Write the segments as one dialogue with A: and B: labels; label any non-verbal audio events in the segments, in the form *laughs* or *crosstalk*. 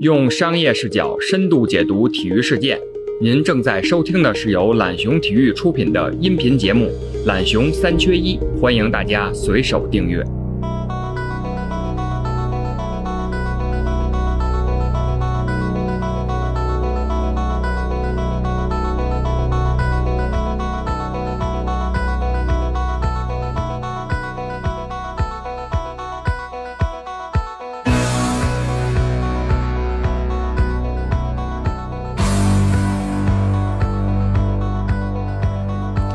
A: 用商业视角深度解读体育事件。您正在收听的是由懒熊体育出品的音频节目《懒熊三缺一》，欢迎大家随手订阅。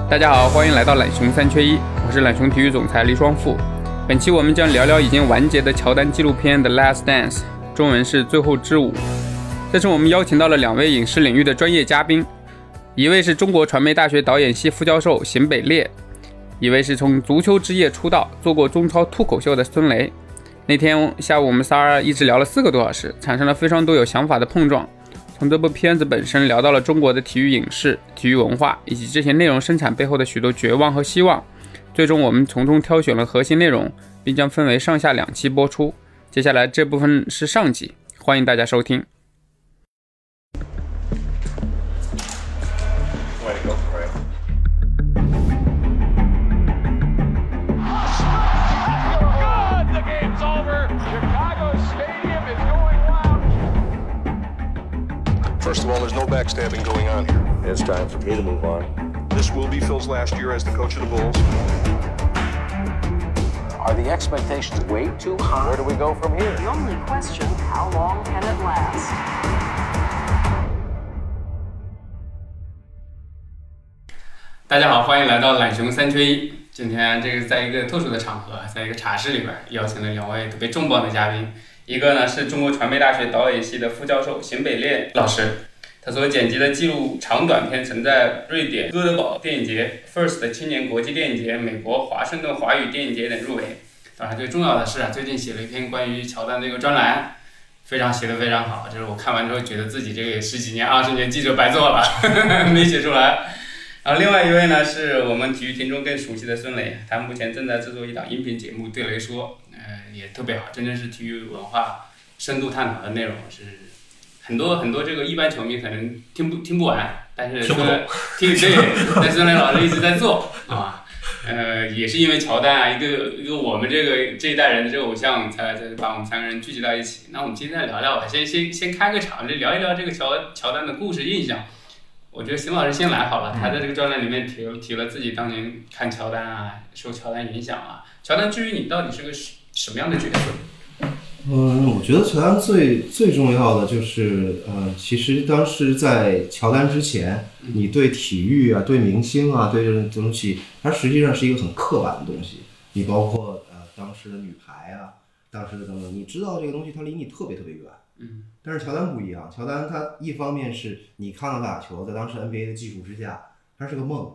B: 大家好，欢迎来到懒熊三缺一，我是懒熊体育总裁黎双富。本期我们将聊聊已经完结的乔丹纪录片《The Last Dance》，中文是《最后之舞》。这次我们邀请到了两位影视领域的专业嘉宾，一位是中国传媒大学导演系副教授邢北烈，一位是从足球之夜出道、做过中超脱口秀的孙雷。那天下午我们仨一直聊了四个多小时，产生了非常多有想法的碰撞。从这部片子本身聊到了中国的体育影视、体育文化，以及这些内容生产背后的许多绝望和希望。最终，我们从中挑选了核心内容，并将分为上下两期播出。接下来这部分是上集，欢迎大家收听。
C: Good. The game's over. Chicago Stadium is going wild.
D: First of all, there's no backstabbing going on here.
E: It's time for me to move on.
D: This will be Phil's last year as the coach of the Bulls.
F: Are the expectations way too high? Where do we go from here?
G: The only question, how long can it last?
B: 大家好，欢迎来到懒熊三缺一。今天这个在一个特殊的场合，在一个茶室里边，邀请了两位特别重磅的嘉宾，一个呢是中国传媒大学导演系的副教授邢北烈老师，他所剪辑的纪录长短片曾在瑞典哥德堡电影节、First 青年国际电影节、美国华盛顿华语电影节等入围。当然，最重要的是啊，最近写了一篇关于乔丹这个专栏，非常写的非常好，就是我看完之后觉得自己这个十几年、二十年记者白做了， *laughs* 没写出来。然后另外一位呢，是我们体育听众更熟悉的孙磊，他目前正在制作一档音频节目《对雷说》，呃，也特别好，真正是体育文化深度探讨的内容，是很多很多这个一般球迷可能听不听不完，但是听不懂，听对，但孙磊老师一直在做啊，呃，也是因为乔丹啊，一个一个我们这个这一代人的这个偶像才，才把我们三个人聚集到一起。那我们今天聊聊吧，先先先开个场，就聊一聊这个乔乔丹的故事印象。我觉得邢老师先来好了，他在这个专栏里面提了提了自己当年看乔丹啊，受乔丹影响啊。乔丹至于你到底是个什什么样的角色？
H: 嗯，我觉得乔丹最最重要的就是，呃，其实当时在乔丹之前，你对体育啊、对明星啊、对这种东西，它实际上是一个很刻板的东西。你包括呃当时的女排啊，当时的等等，你知道这个东西它离你特别特别远。
B: 嗯。
H: 但是乔丹不一样，乔丹他一方面是你看到他打球，在当时 NBA 的技术之下，它是个梦。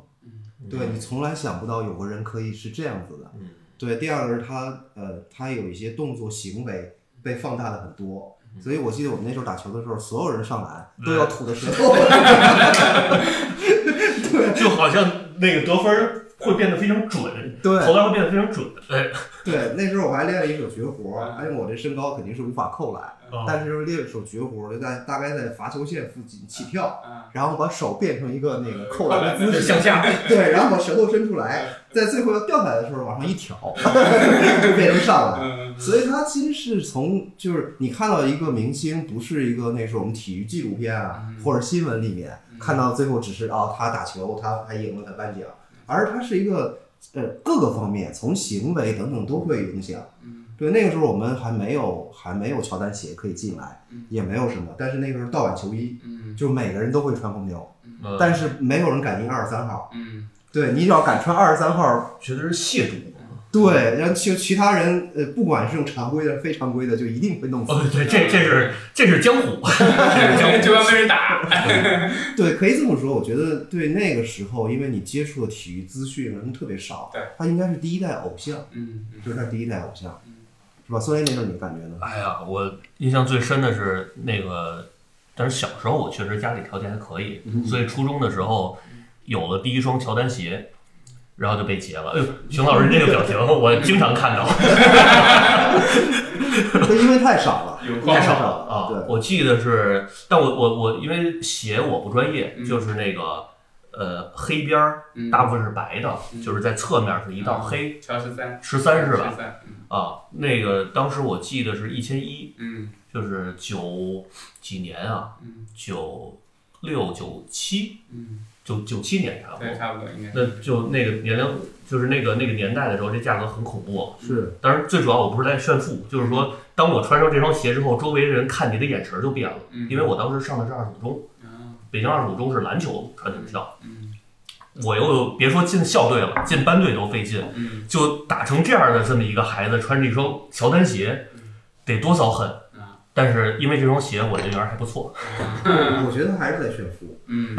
H: 对你从来想不到有个人可以是这样子的。对，第二个是他呃，他有一些动作行为被放大了很多，所以我记得我们那时候打球的时候，所有人上篮都要吐的舌头。
I: 就好像那个得分儿会变得非常准，
H: *laughs* 对
I: 投篮会变得非常准。哎，
H: 对，那时候我还练了一手绝活儿，而且我这身高肯定是无法扣篮，
I: 哦
H: 但是就是练了一手绝活儿，就在大概在罚球线附近起
B: 啊 *laughs*
H: 跳，然后把手变成一个那个扣篮的姿
I: 就
H: 势
I: 向下，
H: *laughs* 对，然后把舌头伸出来，在最后要掉下来的时候往上一挑， *laughs* 就变成上来。所以它其实是从就是你看到一个明星，不是一个那时候我们体育纪录片啊或者新闻里面看到最后只是哦他打球，他还赢了，他颁奖，而它是一个呃各个方面从行为等等都会影响。对，那个时候我们还没有还没有乔丹鞋可以进来，也没有什么，但是那个时候盗版球衣，
B: 嗯
H: 就每个人都会穿红牛，
I: 嗯
H: 但是没有人敢进二十三号。
B: 嗯
H: 对你只要敢穿二十三号，
I: 觉得是亵渎。
H: 对，然后其其他人呃，不管是用常规的、非常规的，就一定会弄死。
I: 哦，对，这这是这是江湖，
B: 就要被人打。
H: 对，可以这么说。我觉得对那个时候，因为你接触的体育资讯什么特别少，
B: 对，
H: 他应该是第一代偶像，
B: 嗯嗯
H: 就是他第一代偶像，是吧？孙雷那时候你感觉呢？
I: *laughs* 哎呀，我印象最深的是那个，但是小时候我确实家里条件还可以，所以初中的时候有了第一双乔丹鞋， *laughs* 然后就被劫了。哎呦，熊老师这个表情我经常看到，
H: 就因为太少了，
B: 有矿
H: 太
I: 太少
H: 少了
I: 了啊
H: 对！
I: 我记得是，但我我我因为写我不专业，
B: 嗯
I: 就是那个呃黑边儿
B: 嗯
I: 大部分是白的，
B: 嗯
I: 就是在侧面是一道黑，
B: 乔十三，
I: 十三是吧？
B: 吧？
I: 啊，那个当时我记得是一千一，
B: 嗯
I: 就是九几年啊，
B: 嗯
I: 九六九七
B: 嗯，
I: 九九七年差不多
B: 对，。差不多应该。
I: 那就那个年龄，就是那个那个年代的时候，这价格很恐怖。啊
H: 是
I: 当然，最主要我不是在炫富，就是
B: 嗯
I: 说，当我穿上这双鞋之后，周围人看你的眼神就变了。
B: 嗯
I: 因为我当时上的是二十五中，
B: 啊
I: 北京二十五中是篮球传统校，
B: 嗯
I: 我又别说进校队了，进班队都费劲，
B: 嗯
I: 就打成这样的这么一个孩子，穿着一双乔丹鞋，得多少狠
B: 嗯啊！
I: 但是因为这双鞋，我人缘还不错。
H: 我觉得还是在炫富，
B: 嗯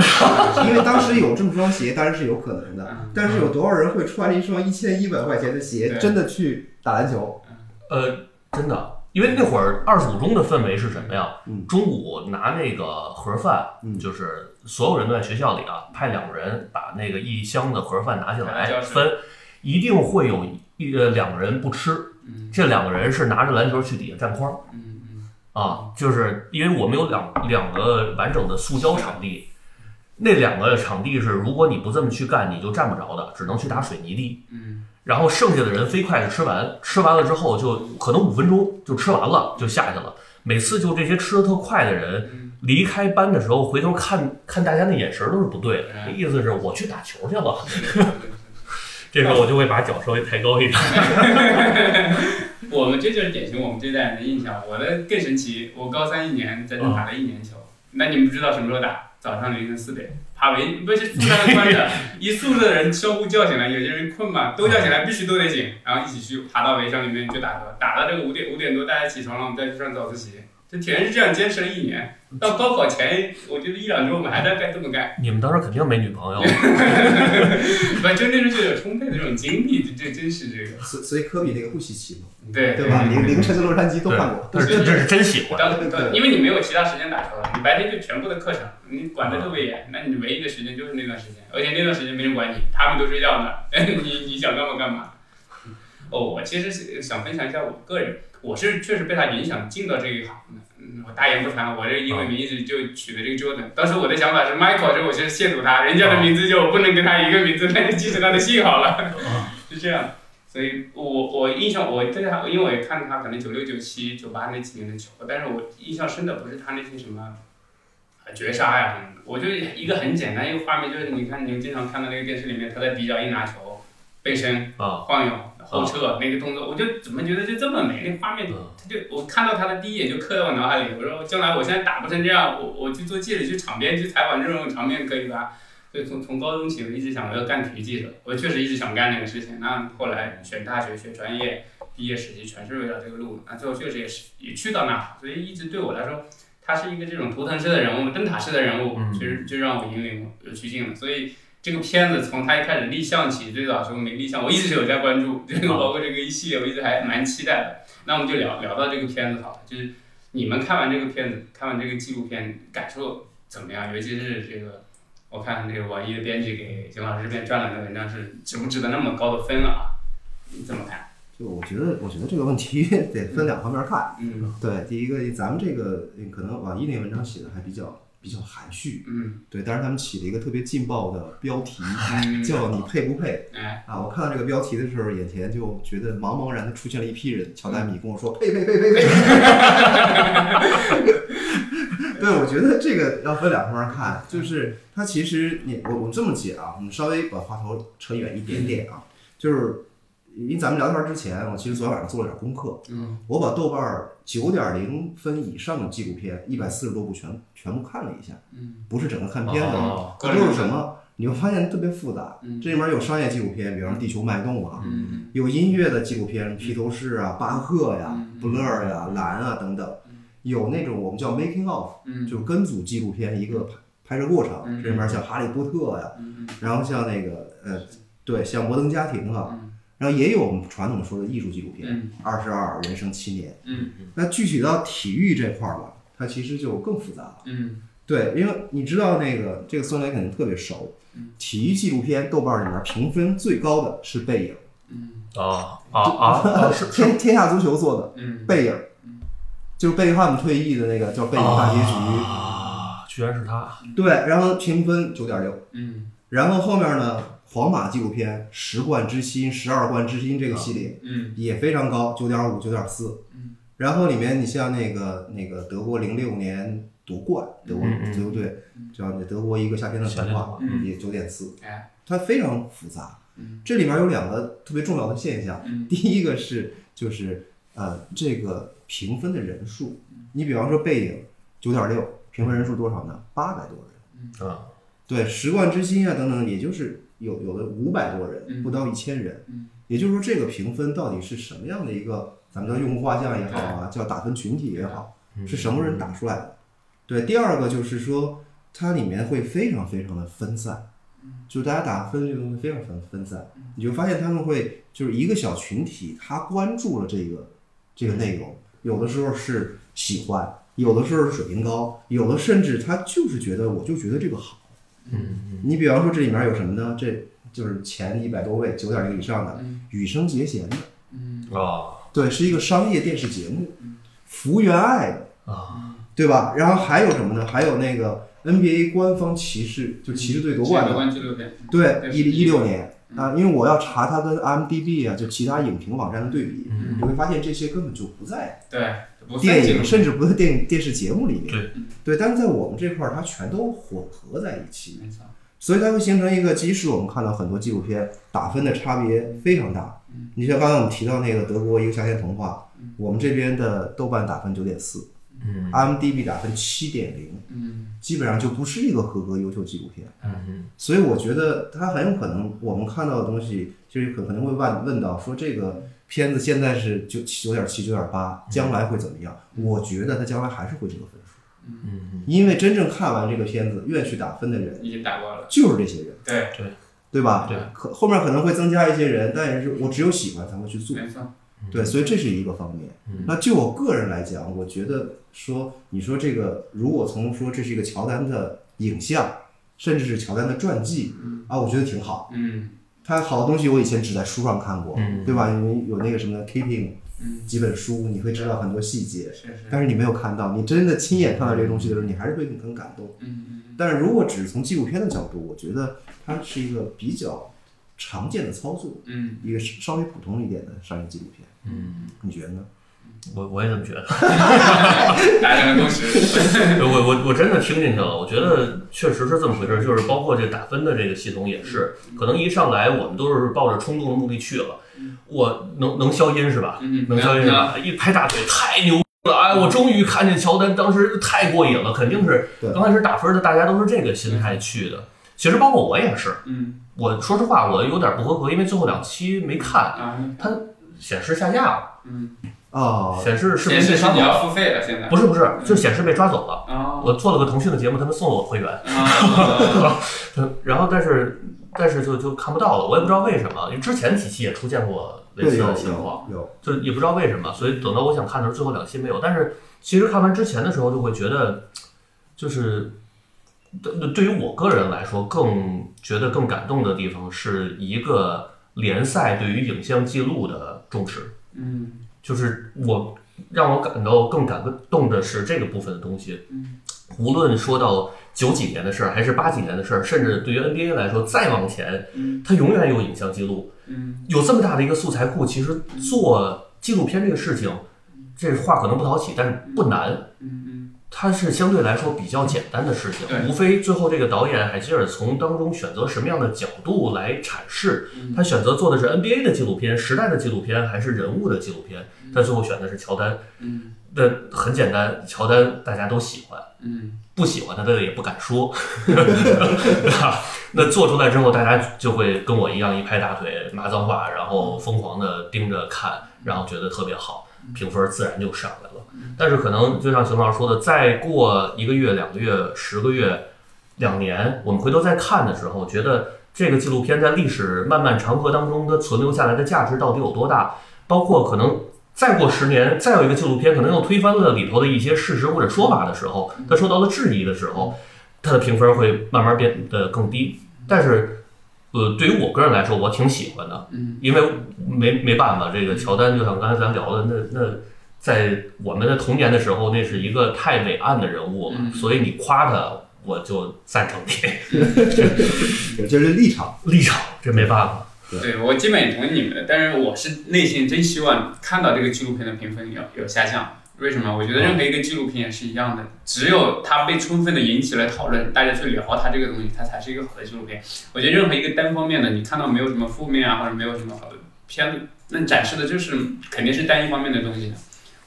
H: 因为当时有这么双鞋，当然是有可能的
B: 嗯，
H: 但是有多少人会穿着一双一千一百块钱的鞋
B: 对
H: 真的去打篮球？
I: 呃，真的，因为那会儿二十五中的氛围是什么呀？
H: 嗯
I: 中午拿那个盒饭，
H: 嗯
I: 就是所有人都在学校里啊，派两个人把那个一箱的盒饭拿进
B: 拿到
I: 来
B: 教室
I: 分，一定会有一呃两个人不吃，
B: 嗯
I: 这两个人是拿着篮球去底下占筐。
B: 嗯
I: 啊，就是因为我们有两两个完整的塑胶场地，那两个场地是如果你不这么去干，你就占不着的，只能去打水泥地。
B: 嗯
I: 然后剩下的人飞快的吃完，吃完了之后就可能五分钟就吃完了，就下去了。每次就这些吃的特快的人
B: 嗯
I: 离开班的时候，回头看看大家那眼神都是不对的，那
B: 嗯
I: 意思是我去打球去了。
B: 嗯。
I: 这时候我就会把脚稍微抬高一点。
B: 我们这就是典型我们这代人的印象。我的更神奇，我高三一年在这打了一年球。那你们知道什么时候打？早上凌晨四 *laughs* 点，爬围不是宿舍的关着， *laughs* 一宿舍的人相互叫醒来，有些人困嘛，都叫醒来，必须都得醒，然后一起去爬到围墙里面去打球，打到这个五点五点多大家起床了，我们再去上早自习。这全是这样坚持了一年，到高考前，我觉得一两周我们还在干这么干，
I: 你们当时肯定没女朋友，
H: *laughs*
B: 不就那时候就有充沛的这种精力，这这真是这个，
H: 所所以科比那个不稀奇嘛，
B: 对嗯
H: 对吧？凌凌晨的洛杉矶都
I: 对
H: 看过，
I: 但是这这是真喜欢。
B: 当当，因为你没有其他时间打球了，你白天就全部的课程，你管得特别严，那你唯一的时间就是那段时间，而且那段时间没人管你， *laughs* 他们都睡觉呢，你你想干嘛干嘛。哦，我其实是想分享一下我个人，我是确实被他影响进到这一行的。嗯，我大言不惭，我这英文名字就取的这个 Jordan。当时我的想法是 Michael，这我是亵渎他，人家的名字就不能跟他一个名字，那就记成他的姓好了， *laughs* 是这样。所以我我印象我对他，因为我也看他可能九六九七九八那几年的球，但是我印象深的不是他那些什么啊绝杀呀、什么的，我就一个很简单一个画面，就是你看你们经常看到那个电视里面，他在底角一拿球，背身
I: 啊
B: 晃悠后撤那个动作，我就怎么觉得就这么美，那画面
I: 嗯
B: 他就我看到他的第一眼就刻在我脑海里，我说将来我现在打不成这样，我我去做记者去场边去采访这种场面可以吧？就从从高中起我一直想我要干体育记者，我确实一直想干这个事情。那后来选大学学专业，毕业时期全是围绕这个路，那最后确实也是也去到那儿，所以一直对我来说，他是一个这种图腾式的人物、灯塔式的人物，
I: 嗯
B: 其实就让我引领我呃趋近了。所以这个片子从他一开始立项起，最早时候没立项，我一直有在关注，这个包括这个一系列，我一直还蛮期待的。那我们就聊聊到这个片子好了，就是你们看完这个片子，看完这个纪录片，感受怎么样？尤其是这个，我看这个网易的编辑给邢老师这篇专栏的文章是值不值得那么高的分啊？你怎么看？
H: 就我觉得，我觉得这个问题得分两方面看。
B: 嗯
H: 对，第一个，咱们这个可能网易那文章写的还比较比较含蓄，
B: 嗯
H: 对，但是他们起了一个特别劲爆的标题，
B: 嗯，
H: 叫“你配不配”。
B: 哎，
H: 啊，我看到这个标题的时候，眼前就觉得茫茫然的出现了一批人。
B: 嗯
H: 乔丹迷跟我说：“呸呸呸呸呸！” *laughs* 对，我觉得这个要分两方面看，就是它其实你我我这么解啊，我们稍微把话头扯远一点点啊，就是因为咱们聊天之前，我其实昨天晚上做了点功课，
B: 嗯，
H: 我把豆瓣九点零分以上的纪录片一百四十多部全全部看了一下，
B: 嗯，
H: 不是整个看片子，
I: 哦
H: 它就是什么，你会发现特别复杂，
B: 嗯
H: 这里面有商业纪录片，比方说《地球脉动》啊，
B: 嗯
H: 有音乐的纪录片，披头士啊、巴赫呀、
B: 嗯
H: Blur 呀、蓝啊等等，有那种我们叫 making of，
B: 嗯，
H: 就是跟组纪录片一个拍拍摄过程，
B: 嗯
H: 这里面像《哈利波特》呀，
B: 嗯
H: 然后像那个呃，对，像《摩登家庭》啊，
B: 嗯
H: 然后也有我们传统说的艺术纪录片，
B: 嗯
H: 《二十二人生七年》。
B: 嗯
H: 那具体到体育这块儿吧，它其实就更复杂了。
B: 嗯
H: 对，因为你知道那个这个孙磊肯定特别熟
B: 嗯，
H: 体育纪录片豆瓣里面评分最高的是《背影》，
B: 嗯嗯
I: 啊啊
H: *laughs*
I: 啊！是是
H: 天天下足球做的
B: 哦嗯，
H: 贝影，就是贝克汉姆退役的那个叫贝影大结局，
I: 啊，居然是他！
H: 对，然后评分九点六。
B: 嗯
H: 然后后面呢，皇马纪录片《十冠之心》《十二冠之心》这个系列
B: 嗯
H: 也非常高，九点五、九点四
B: 嗯。
H: 然后里面你像那个那个德国零六年夺冠，德国
I: 嗯嗯
H: 足球队叫那德国一个夏天的
I: 夏
H: 神
I: 天的
H: 话
B: 嗯
H: 也九点四，
B: 哎
H: 它非常复杂
B: 嗯。
H: 这里面有两个特别重要的现象，
B: 嗯
H: *laughs* 第一个是就是呃这个评分的人数，
B: 嗯
H: 你比方说背影九点六，评分人数多少呢？八百多人。嗯
I: 啊，
H: 对，十冠之星啊等等，也就是有有的五百多人，
B: 嗯
H: 不到一千人。
B: 嗯
H: 也就是说，这个评分到底是什么样的一个，咱们叫用户画像也好啊，叫打分群体也好，是什么人打出来的？对，第二个就是说，它里面会非常非常的分散，
B: 嗯
H: 就是大家打分这个东西非常分分散，你就发现他们会就是一个小群体，他关注了这个这个内容，有的时候是喜欢，有的时候是水平高，有的甚至他就是觉得我就觉得这个好。你比方说这里面有什么呢？这就是前一百多位九点零以上的
B: 嗯
H: 羽生结弦的，
B: 嗯
I: 啊
H: 对，是一个商业电视节目，福原爱的，
I: 啊！
H: 对吧？然后还有什么呢？还有那个 NBA 官方骑士，就骑士队夺冠
B: 夺
H: 的，
B: 冠纪录片，
H: 对，
B: 嗯对嗯
H: 一一六年啊，因为我要查它跟 m d b 啊，就其他影评网站的对比，
B: 嗯
H: 你会发现这些根本就不在
B: 对，不算
H: 电
B: 纪录
H: 影，
B: 片
H: 甚至不在电影电视节目里面，
I: 对
H: 对，但是在我们这块儿，它全都混合在一起，
B: 没错，
H: 所以它会形成一个，即使我们看到很多纪录片打分的差别非常大。
B: 嗯
H: 你像刚才我们提到那个德国一个夏天童话，我们这边的豆瓣打分九点四
I: 嗯
H: ，IMDB 打分七点零，
B: 嗯
H: 基本上就不是一个合格优秀纪录片。
I: 嗯
H: 所以我觉得它很有可能，我们看到的东西就是可可能会问问到说这个片子现在是九九点七九点八，将来会怎么样？我觉得它将来还是会这个分数，
I: 嗯
H: 因为真正看完这个片子愿去打分的人
B: 已经打过了，
H: 就是这些人。
B: 对，
H: 对吧？
I: 对，
H: 可后面可能会增加一些人，但也是我只有喜欢才会去做。
B: 没错，
I: 嗯
H: 对，所以这是一个方面。那就我个人来讲，我觉得说，你说这个，如果从说这是一个乔丹的影像，甚至是乔丹的传记啊，我觉得挺好。
B: 嗯
H: 他好的东西我以前只在书上看过，
I: 嗯
H: 对吧？你有那个什么 Keeping
B: 嗯，
H: 几本书，你会知道很多细节，
B: 是是，
H: 但是你没有看到，你真的亲眼看到这个东西的时候，你还是会很感动。
B: 嗯
H: 但是如果只是从纪录片的角度，我觉得它是一个比较常见的操作，
B: 嗯
H: 一个稍微普通一点的商业纪录片。
I: 嗯，
H: 你觉得呢？
I: 我我也这么觉得。
B: 嗯，达成了共识，
I: *laughs* 对我我我真的听进去了，我觉得确实是这么回事儿，就是包括这打分的这个系统也是，
B: 嗯
I: 可能一上来我们都是抱着冲动的目的去了，我能能消音是吧？
B: 嗯
I: 能消音是吧？一拍大腿太牛了，哎，我终于看见乔丹，当时太过瘾了，肯定是
H: 对
I: 刚开始打分的大家都是这个心态去的，其实包括我也是，
B: 嗯
I: 我说实话我有点不合格，因为最后两期没看，
B: 啊
I: 它显示下架了，
B: 嗯，
H: 哦，
I: 显示是
B: 显
I: 被
B: 示
I: 抓
B: 是
I: 走
B: 你
I: 了，
B: 要付费了，现在
I: 不是不是，就显示被抓走了。
B: 啊
I: 我做了个腾讯的节目，他们送了我会员。
B: 啊，
I: *laughs* 然后但是但是就就看不到了，我也不知道为什么，因为之前几期也出现过类
H: 对，
I: 似
H: 有
I: 的情况，
H: 有有，
I: 就也不知道为什么，所以等到我想看的时候，最后两期没有。但是其实看完之前的时候，就会觉得，就是对对于我个人来说，更觉得更感动的地方是一个联赛对于影像记录的重视。
B: 嗯
I: 就是我让我感到更感动的是这个部分的东西。
B: 嗯
I: 无论说到九几年的事儿，还是八几年的事儿，甚至对于 NBA 来说，再往前，
B: 嗯
I: 它永远有影像记录，
B: 嗯
I: 有这么大的一个素材库。其实做纪录片这个事情，这话可能不讨喜，但是不难。
B: 嗯
I: 它是相对来说比较简单的事情
B: 对，
I: 无非最后这个导演海希尔从当中选择什么样的角度来阐释，
B: 嗯
I: 他选择做的是 NBA 的纪录片、时代的纪录片，还是人物的纪录片？他最后选的是乔丹，
B: 嗯
I: 那很简单，乔丹大家都喜欢，
B: 嗯
I: 不喜欢他的也不敢说， *laughs* 对吧？那做出来之后，大家就会跟我一样一拍大腿骂脏话，然后疯狂的盯着看，然后觉得特别好，
B: 嗯
I: 评分自然就上来了。但是可能就像熊老师说的，再过一个月、两个月、十个月、两年，我们回头再看的时候，觉得这个纪录片在历史漫漫长河当中，它存留下来的价值到底有多大？包括可能再过十年，再有一个纪录片可能又推翻了里头的一些事实或者说法的时候，它受到了质疑的时候，它的评分会慢慢变得更低。但是呃，对于我个人来说，我挺喜欢的，
B: 嗯，
I: 因为没没办法，这个乔丹就像刚才咱聊的，那那在我们的童年的时候，那是一个太伟岸的人物了，
B: 嗯
I: 所以你夸他，我就赞成你 *laughs*
H: 有这是立场。
I: 立场，这没办法。
B: 对我基本也同意你们的，但是我是内心真希望看到这个纪录片的评分有有下降。为什么？我觉得任何一个纪录片也是一样的，只有它被充分的引起了讨论，大家去聊它这个东西，它才是一个好的纪录片。我觉得任何一个单方面的，你看到没有什么负面啊，或者没有什么好的片子，那展示的就是肯定是单一方面的东西的。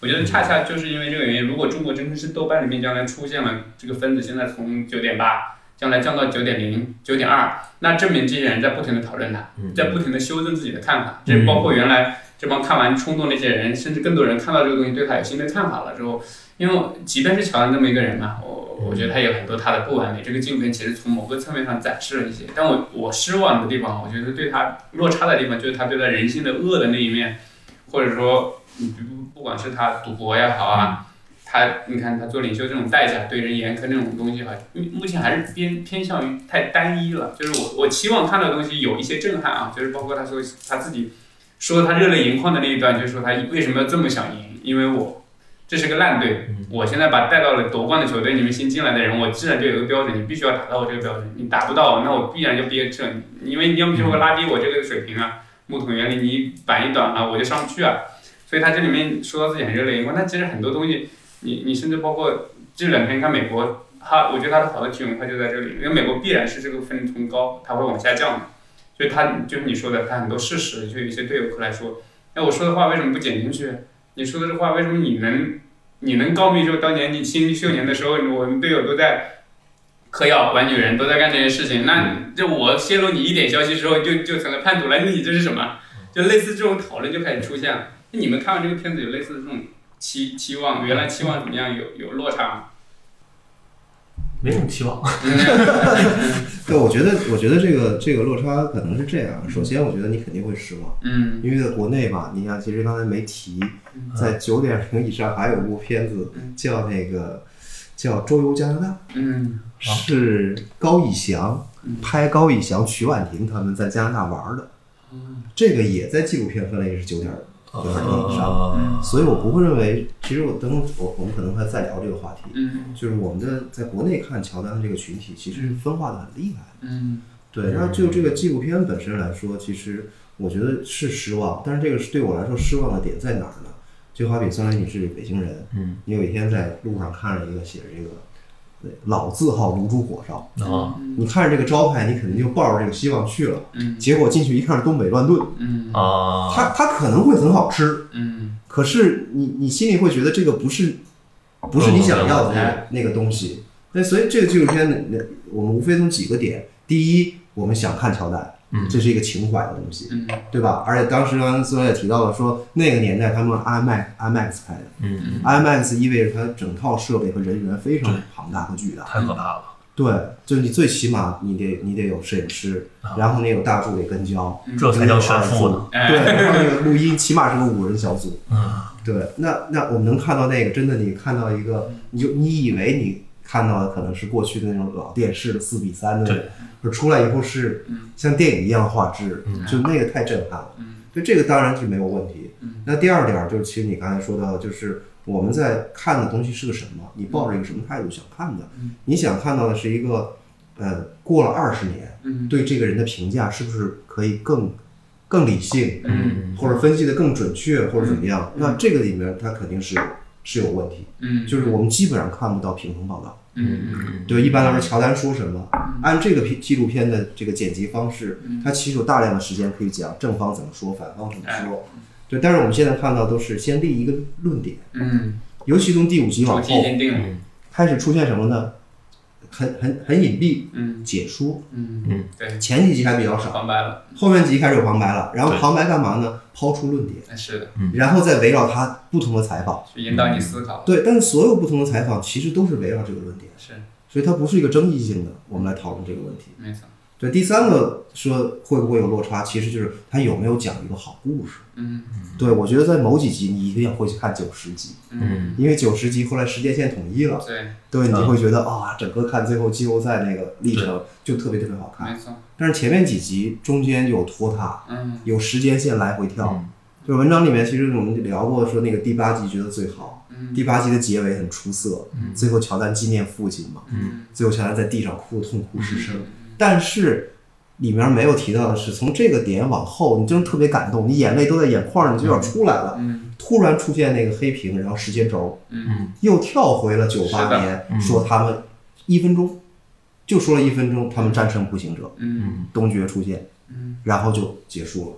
B: 我觉得恰恰就是因为这个原因，如果中国真的是豆瓣里面将来出现了这个分子，现在从九点八将来降到九点零、九点二，那证明这些人在不停的讨论它。
I: 嗯，
B: 在不停的修正自己的看法，这包括原来这帮看完冲动那些人，甚至更多人看到这个东西对他有新的看法了之后，因为我即便是乔丹这么一个人嘛，我我觉得他有很多他的不完美，这个纪录片其实从某个侧面上展示了一些，但我我失望的地方，我觉得对他落差的地方就是他对他人性的恶的那一面，或者说嗯不不管是他赌博也好啊。他，你看他做领袖这种代价，对人严苛那种东西哈，目目前还是偏偏向于太单一了。就是我我期望看到的东西有一些震撼啊，就是包括他说他自己说他热泪盈眶的那一段，就是说他为什么要这么想赢，因为我这是个烂队
I: 嗯，
B: 我现在把带到了夺冠的球队里面新进来的人，我自然就有一个标准，你必须要达到我这个标准，你达不到，那我必然就憋着，因为你要么就会拉低我这个水平啊，木桶原理你板一短了、我就上不去啊。所以他这里面说到自己很热泪盈眶，但其实很多东西，你你甚至包括这两天看美国，他我觉得他的好的体用它就在这里，因为美国必然是这个分从高，它会往下降嘛，所以他就是你说的，他很多事实，就有一些对游客来说，那我说的话为什么不剪进去？你说的这话为什么你能你能告密？就当年你青训年的时候，我们队友都在嗑药、玩女人，都在干这些事情，那这我泄露你一点消息之后，就就成了叛徒了，你这是什么？就类似这种讨论就开始出现了。那你们看完这个片子有类似的这种期期望，原来期望怎么样？有有落差吗？
I: 没什么期望。
H: 对，我觉得，我觉得这个这个落差可能是这样。首先，我觉得你肯定会失望，
B: 嗯
H: 因为在国内吧，你看，其实刚才没提，在九点零以上还有一部片子叫那个叫《周游加拿大》，
B: *laughs* 嗯
H: 是高以翔
B: 嗯
H: 拍高以翔、曲婉婷他们在加拿大玩的，
B: 嗯
H: 这个也在纪录片分类是九点
B: 啊
H: 九点零以上，
I: 呃，
H: 所以我不会认为，其实我等我我们可能会再聊这个话题，
B: 嗯
H: 就是我们的在国内看乔丹的这个群体，其实分化的很厉害。
B: 嗯
H: 对，然后就这个纪录片本身来说，其实我觉得是失望，但是这个是对我来说失望的点在哪儿呢？就好比虽然你是北京人，
I: 嗯，
H: 你有一天在路上看着一个写着这个“对老字号卤煮火烧
I: 啊”，
H: 你看着这个招牌，你肯定就抱着这个希望去了，
B: 嗯
H: 结果进去一看是东北乱炖，
B: 嗯
I: 啊，
H: 它它可能会很好吃，
B: 嗯
H: 可是你你心里会觉得这个不是不是你想
I: 哦
H: 要的那
I: 哎
H: 个那个东西。对，所以这个纪录片呢，那我们无非从几个点：第一，我们想看乔丹，
I: 嗯
H: 这是一个情怀的东西，
B: 嗯
H: 对吧？而且当时刚才苏也提到了说，那个年代他们 IMAX IMAX 拍的
I: 嗯，
H: ，IMAX 意味着它整套设备和人员非常庞大和巨大。
I: 太可怕了，
H: 对，就是你最起码你得你得有摄影师，然后你有大助理跟焦，
I: 啊嗯这才叫炫富呢。
B: 哎
H: 对，然后那个录音起码是个五人小组。
I: 嗯，
H: 对，那那我们能看到那个，真的，你看到一个，你就你以为你看到的可能是过去的那种老电视的四比三的
I: 对，
H: 可出来以后是
B: 嗯
H: 像电影一样画质，就那个太震撼了。
B: 嗯
H: 就这个当然是没有问题
B: 嗯。
H: 那第二点儿就是，其实你刚才说到的，就是我们在看的东西是个什么，你抱着一个什么态度想看的
B: 嗯，
H: 你想看到的是一个，呃，过了二十年
B: 嗯
H: 对这个人的评价是不是可以更更理性，
B: 嗯
H: 或者分析的更准确，或者怎么样？
B: 嗯
H: 那这个里面它肯定是是有问题，
B: 嗯
H: 就是我们基本上看不到平衡报道。
B: 嗯
H: 对，一般来说，乔丹说什么，按这个片纪录片的这个剪辑方式，
B: 嗯
H: 它其实有大量的时间可以讲正方怎么说，反方怎么说。
B: 哎
H: 对，但是我们现在看到都是先立一个论点，
B: 嗯，
H: 尤其从第五集
B: 主
H: 往
B: 题已
H: 后
B: 经定了。
H: 开始出现什么呢？很很很隐蔽，
B: 嗯
H: 解说
B: 嗯嗯，对，
H: 前几集还比较少，
B: 旁白了，
H: 后面集开始有旁白了，然后
I: 对
H: 旁白干嘛呢？抛出论点，
B: 是的，
H: 然后再围绕它不同的采访。
B: 去引导你思考。
H: 对，但是所有不同的采访其实都是围绕这个论点，
B: 是，
H: 所以它不是一个争议性的，我们来讨论这个问题。
B: 没错。
H: 对，第三个说会不会有落差，其实就是他有没有讲一个好故事。
B: 嗯
H: 对，我觉得在某几集你一定要会去看九十集，
B: 嗯，
H: 因为九十集后来世界线统一了，
B: 对，
H: 对，你
I: 嗯
H: 会觉得啊、整个看最后季后赛那个历程就特别特别好
B: 没
H: 看。
B: 错，
H: 但是前面几集中间有拖沓，
B: 嗯
H: 有时间线来回跳。就是文章里面，其实我们聊过，说那个第八集觉得最好，
B: 嗯
H: 第八集的结尾很出色，最后乔丹纪念父亲嘛，
B: 嗯
H: 最后乔丹在地上哭得痛哭失声。但是里面没有提到的是，从这个点往后，你真的特别感动，你眼泪都在眼眶里就要出来了。
B: 嗯
H: 突然出现那个黑屏，然后时间轴
B: 嗯
H: 又跳回了九八年，说他们一分钟，就说了一分钟，他们战胜步行者，
B: 嗯
H: 东决出现，
B: 嗯
H: 然后就结束了。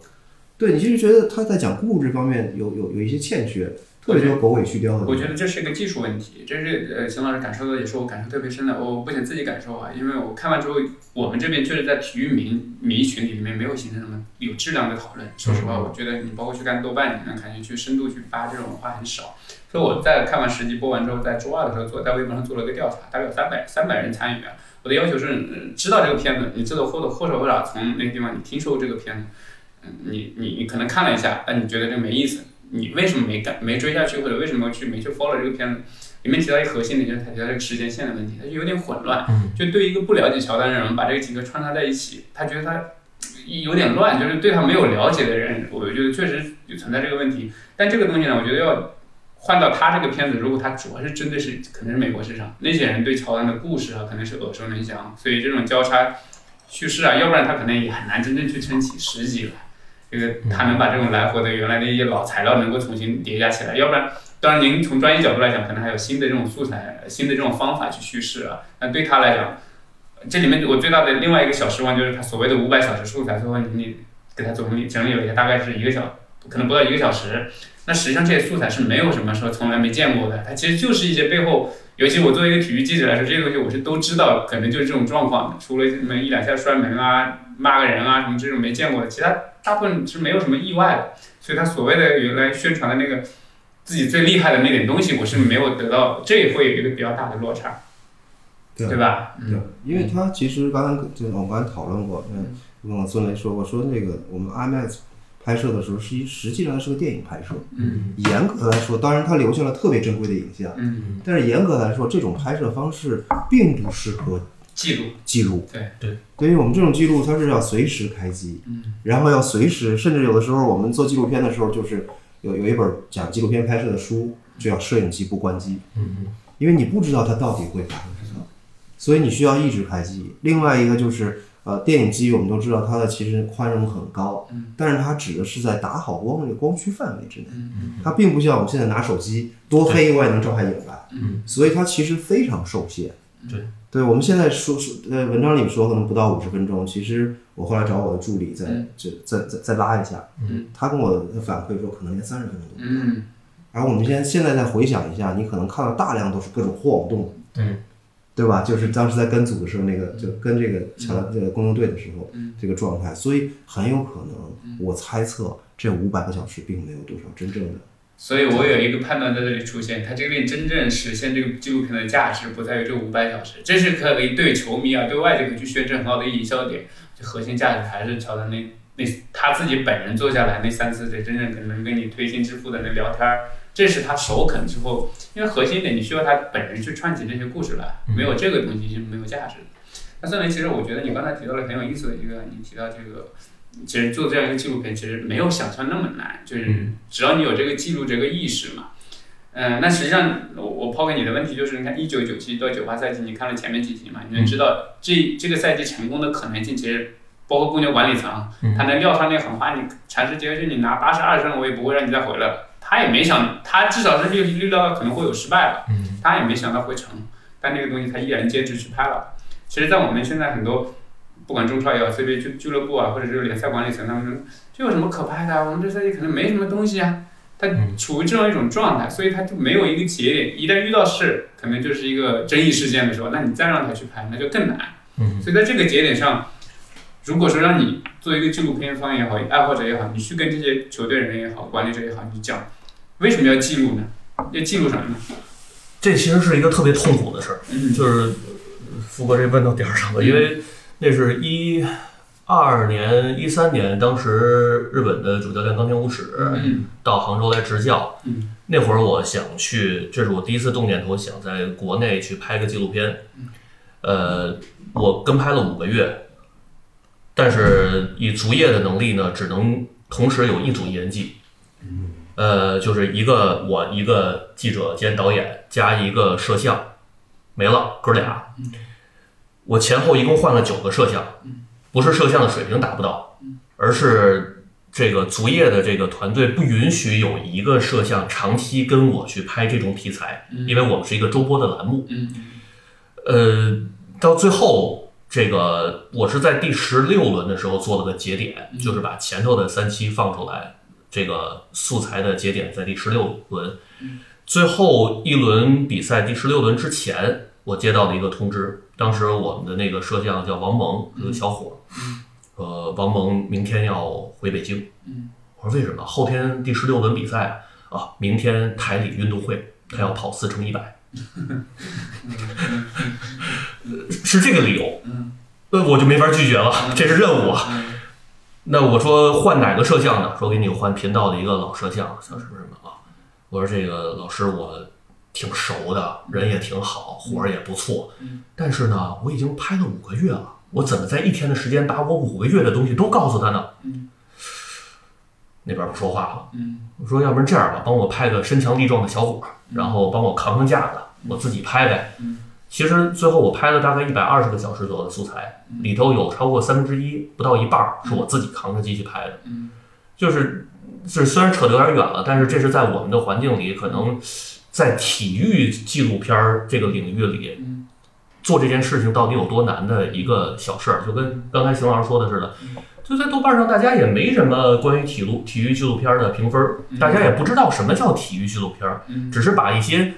H: 对你就是觉得他在讲故事方面有有有一些欠缺，特别就是狗尾续貂的地方。
B: 我觉得这是一个技术问题，这是呃，邢老师感受的也是我感受特别深的。我不仅自己感受啊，因为我看完之后，我们这边确实在体育迷迷群体里面没有形成什么有质量的讨论。说实话，我觉得你包括去看豆瓣，你能感觉去深度去扒这种文化很少。所以我在看完十集播完之后，在周二的时候做在微博上做了一个调查，大概有三百三百人参与啊。我的要求是，嗯知道这个片子，你知道或者或者或者从那个地方你听说过这个片子，嗯，你你你可能看了一下，啊但你觉得这没意思，你为什么没干没追下去，或者为什么去没去 follow 这个片子？里面提到一个核心的就是他提到这个时间线的问题，他就有点混乱。就对于一个不了解乔丹的人，把这个几个穿插在一起，他觉得他有点乱，就是对他没有了解的人，我觉得确实存在这个问题。但这个东西呢，我觉得要换到他这个片子，如果他主要是针对是可能是美国市场，那些人对乔丹的故事啊，可能是耳熟能详，所以这种交叉叙事啊，要不然他可能也很难真正去撑起十集来。这个他能把这种来回的原来的一些老材料能够重新叠加起来，要不然，当然您从专业角度来讲，可能还有新的这种素材、新的这种方法去叙事啊。那对他来讲，这里面我最大的另外一个小失望就是他所谓的五百小时素材，最后你你给他总理整理了一下，大概是一个小，可能不到一个小时。那实际上这些素材是没有什么说从来没见过的，它其实就是一些背后，尤其我作为一个体育记者来说，这些东西我是都知道，可能就是这种状况，除了什么一两下摔门啊、骂个人啊什么这种没见过的，其他大部分是没有什么意外的。所以他所谓的原来宣传的那个自己最厉害的那点东西，我是没有得到，这也会有一个比较大的落差，
H: 对
B: 对吧？
H: 对，因为他其实刚刚就我们刚才讨论过，嗯，我跟我孙雷说过，说那个我们 IMAX 拍摄的时候，是一实际上它是个电影拍摄，
B: 嗯
H: 严格来说，当然它留下了特别珍贵的影像，
B: 嗯。
H: 但是严格来说，这种拍摄方式并不适合
B: 记录，
H: 记录。
B: 对
I: 对，
H: 对于我们这种记录，它是要随时开机，
B: 嗯
H: 然后要随时，甚至有的时候我们做纪录片的时候，就是有有一本讲纪录片拍摄的书，就叫摄影机不关机，
I: 嗯
H: 因为你不知道它到底会发生什么，所以你需要一直开机。另外一个就是，呃，电影机我们都知道它的其实宽容很高，
B: 嗯
H: 但是它指的是在打好光这个光区范围之内，
B: 嗯
H: 它并不像我们现在拿手机多黑我也能照下影来，
B: 嗯
H: 所以它其实非常受限。
I: 对，
H: 对我们现在说说，呃，文章里说可能不到五十分钟，其实我后来找我的助理再再再再再拉一下，他跟我反馈说可能连三十分钟都不到。
B: 嗯，
H: 而我们现在现在再回想一下，你可能看到大量都是各种晃动，
I: 对，
H: 对吧？就是当时在跟组的时候，那个就跟这个强这个工作队的时候，这个状态，所以很有可能，我猜测这五百个小时并没有多少真正的，
B: 所以我有一个判断在这里出现，它这个真正实现这个纪录片的价值不在于这五百小时，这是可以对球迷啊、对外界可以去宣证很好的营销点，就核心价值还是乔丹那那他自己本人坐下来那三四对真正可能跟你推心置腹的那聊天儿，这是他首肯之后，因为核心一点你需要他本人去串起这些故事来，没有这个东西是没有价值的。那孙雷，其实我觉得你刚才提到了很有意思的一个，你提到这个，其实做这样一个纪录片，其实没有想象那么难，就是只要你有这个记录这个意识嘛。嗯、那实际上我我抛给你的问题就是，你看一九九七到九八赛季，你看了前面几集嘛，你能知道这这个赛季成功的可能性，其实包括公牛管理层，他能撂上那狠话，你禅师杰克逊你拿八十二胜，我也不会让你再回来了。他也没想，他至少是预预料到可能会有失败了，他也没想到会成，但这个东西他依然坚持去拍了。其实，在我们现在很多，不管中超也好，CBA 俱俱乐部啊，或者是联赛管理层，他们说这有什么可拍的、啊？我们这赛季可能没什么东西啊。他处于这样一种状态，所以他就没有一个节点。一旦遇到事，可能就是一个争议事件的时候，那你再让他去拍，那就更难。所以在这个节点上，如果说让你做一个纪录片方也好，爱好者也好，你去跟这些球队人也好，管理者也好，你讲为什么要记录呢？要记录什么呢？
I: 这其实是一个特别痛苦的事儿，
B: 嗯
I: 就是富哥这问到点儿上了，因为那是一二年、一三年，当时日本的主教练冈田武史到杭州来执教。
B: 嗯
I: 那会儿我想去，这是我第一次动念头，想在国内去拍个纪录片。
B: 嗯
I: 呃，我跟拍了五个月，但是以足业的能力呢，只能同时有一组艺人季。呃，就是一个我一个记者兼导演加一个摄像，没了哥俩。我前后一共换了九个摄像，不是摄像的水平达不到，而是这个足业的这个团队不允许有一个摄像长期跟我去拍这种题材，因为我们是一个周播的栏目。
B: 嗯
I: 呃，到最后这个我是在第十六轮的时候做了个节点，就是把前头的三期放出来，这个素材的节点在第十六轮。最后一轮比赛第十六轮之前，我接到了一个通知，当时我们的那个摄像叫王蒙，是个小伙儿，呃，王蒙明天要回北京。
B: 嗯
I: 我说为什么？后天第十六轮比赛啊，明天台里运动会，他要跑四乘一百，是这个理由。那我就没法拒绝了，这是任务啊。那我说换哪个摄像呢？说给你换频道的一个老摄像，叫什么什么啊？我说这个老师我挺熟的，人也挺好，活儿也不错，但是呢，我已经拍了五个月了，我怎么在一天的时间把我五个月的东西都告诉他呢？那边不说话了。
B: 嗯
I: 我说要不然这样吧，帮我拍个身强力壮的小伙儿，然后帮我扛扛架子，我自己拍呗。其实最后我拍了大概一百二十个小时左右的素材，里头有超过三分之一不到一半儿是我自己扛着机器拍的。就是这虽然扯得有点远了，但是这是在我们的环境里，可能在体育纪录片儿这个领域里。做这件事情到底有多难的一个小事儿，就跟刚才邢老师说的似的，就在豆瓣上，大家也没什么关于体录体育纪录片的评分儿，大家也不知道什么叫体育纪录片儿，只是把一些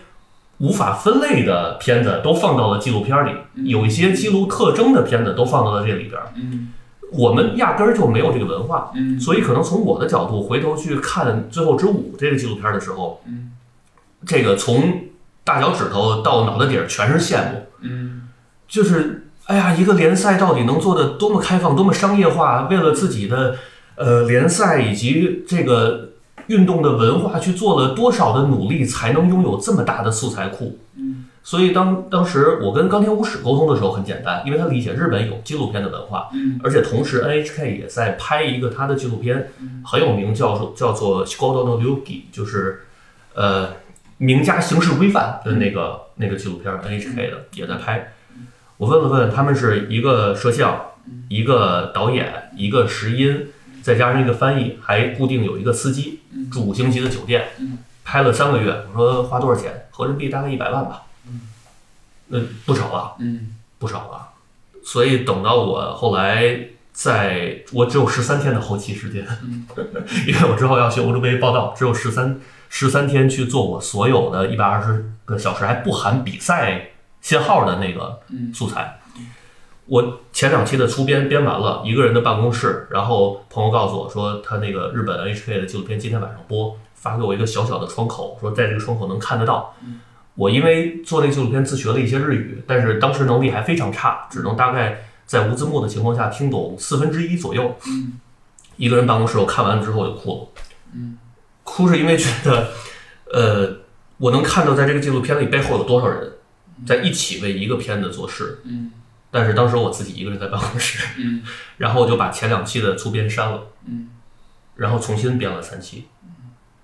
I: 无法分类的片子都放到了纪录片里，有一些记录特征的片子都放到了这里边儿。
B: 嗯
I: 我们压根儿就没有这个文化，
B: 嗯
I: 所以可能从我的角度回头去看《最后之舞》这个纪录片的时候，
B: 嗯
I: 这个从大脚趾头到脑袋底儿全是羡慕，
B: 嗯
I: 就是哎呀，一个联赛到底能做的多么开放，多么商业化，为了自己的呃联赛以及这个运动的文化去做了多少的努力，才能拥有这么大的素材库。所以当当时我跟冈田武史沟通的时候很简单，因为他理解日本有纪录片的文化，
B: 嗯
I: 而且同时 NHK 也在拍一个他的纪录片，很有名，叫做叫做《s c o d o no Yugi》，就是呃名家形式规范的那个、那个纪录片，NHK 的也在拍。我问了问，他们是一个摄像、一个导演、一个石音，再加上一个翻译，还固定有一个司机，住五星级的酒店，拍了三个月。我说花多少钱？合人民币大概一百万吧，那不少啊了。
B: 嗯
I: 不少了。所以等到我后来在，我只有十三天的后期时间， *laughs* 因为我之后要去欧洲杯报道，只有十三十三天去做我所有的一百二十个小时，还不含比赛信号的那个素材。我前两期的初编编完了，一个人的办公室，然后朋友告诉我说，他那个日本 NHK 的纪录片今天晚上播，发给我一个小小的窗口，说在这个窗口能看得到。我因为做那个纪录片自学了一些日语，但是当时能力还非常差，只能大概在无字幕的情况下听懂四分之一左右。
B: 嗯
I: 一个人办公室，我看完了之后我就哭了。哭是因为觉得，呃，我能看到在这个纪录片里背后有多少人在一起为一个片子做事。
B: 嗯
I: 但是当时我自己一个人在办公室，
B: 嗯
I: 然后我就把前两期的粗编删了，
B: 嗯，
I: 然后重新编了三期，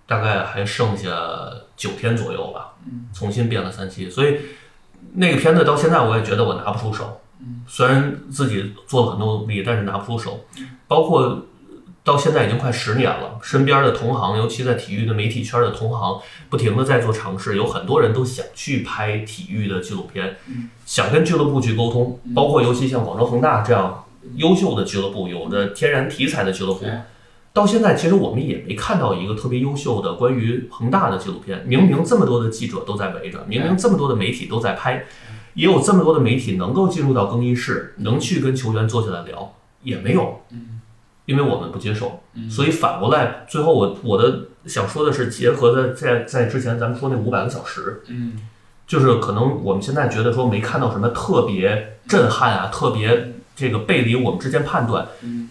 I: 大概还剩下九天左右吧，嗯，重新编了三期，所以那个片子到现在我也觉得我拿不出手，嗯，虽然自己做了很多努力，但是拿不出手，包括到现在已经快十年了，身边的同行，尤其在体育的媒体圈的同行，不停的在做尝试，有很多人都想去拍体育的纪录片，想跟俱乐部去沟通，包括尤其像广州恒大这样优秀的俱乐部，有着天然题材的俱乐部
B: 对，
I: 到现在其实我们也没看到一个特别优秀的关于恒大的纪录片。明明这么多的记者都在围着，明明这么多的媒体都在拍，也有这么多的媒体能够进入到更衣室，能去跟球员坐下来聊，也没有。因为我们不接受，所以反过来，最后我我的想说的是，结合的在在之前咱们说那五百个小时，
B: 嗯，
I: 就是可能我们现在觉得说没看到什么特别震撼啊、特别这个背离我们之前判断，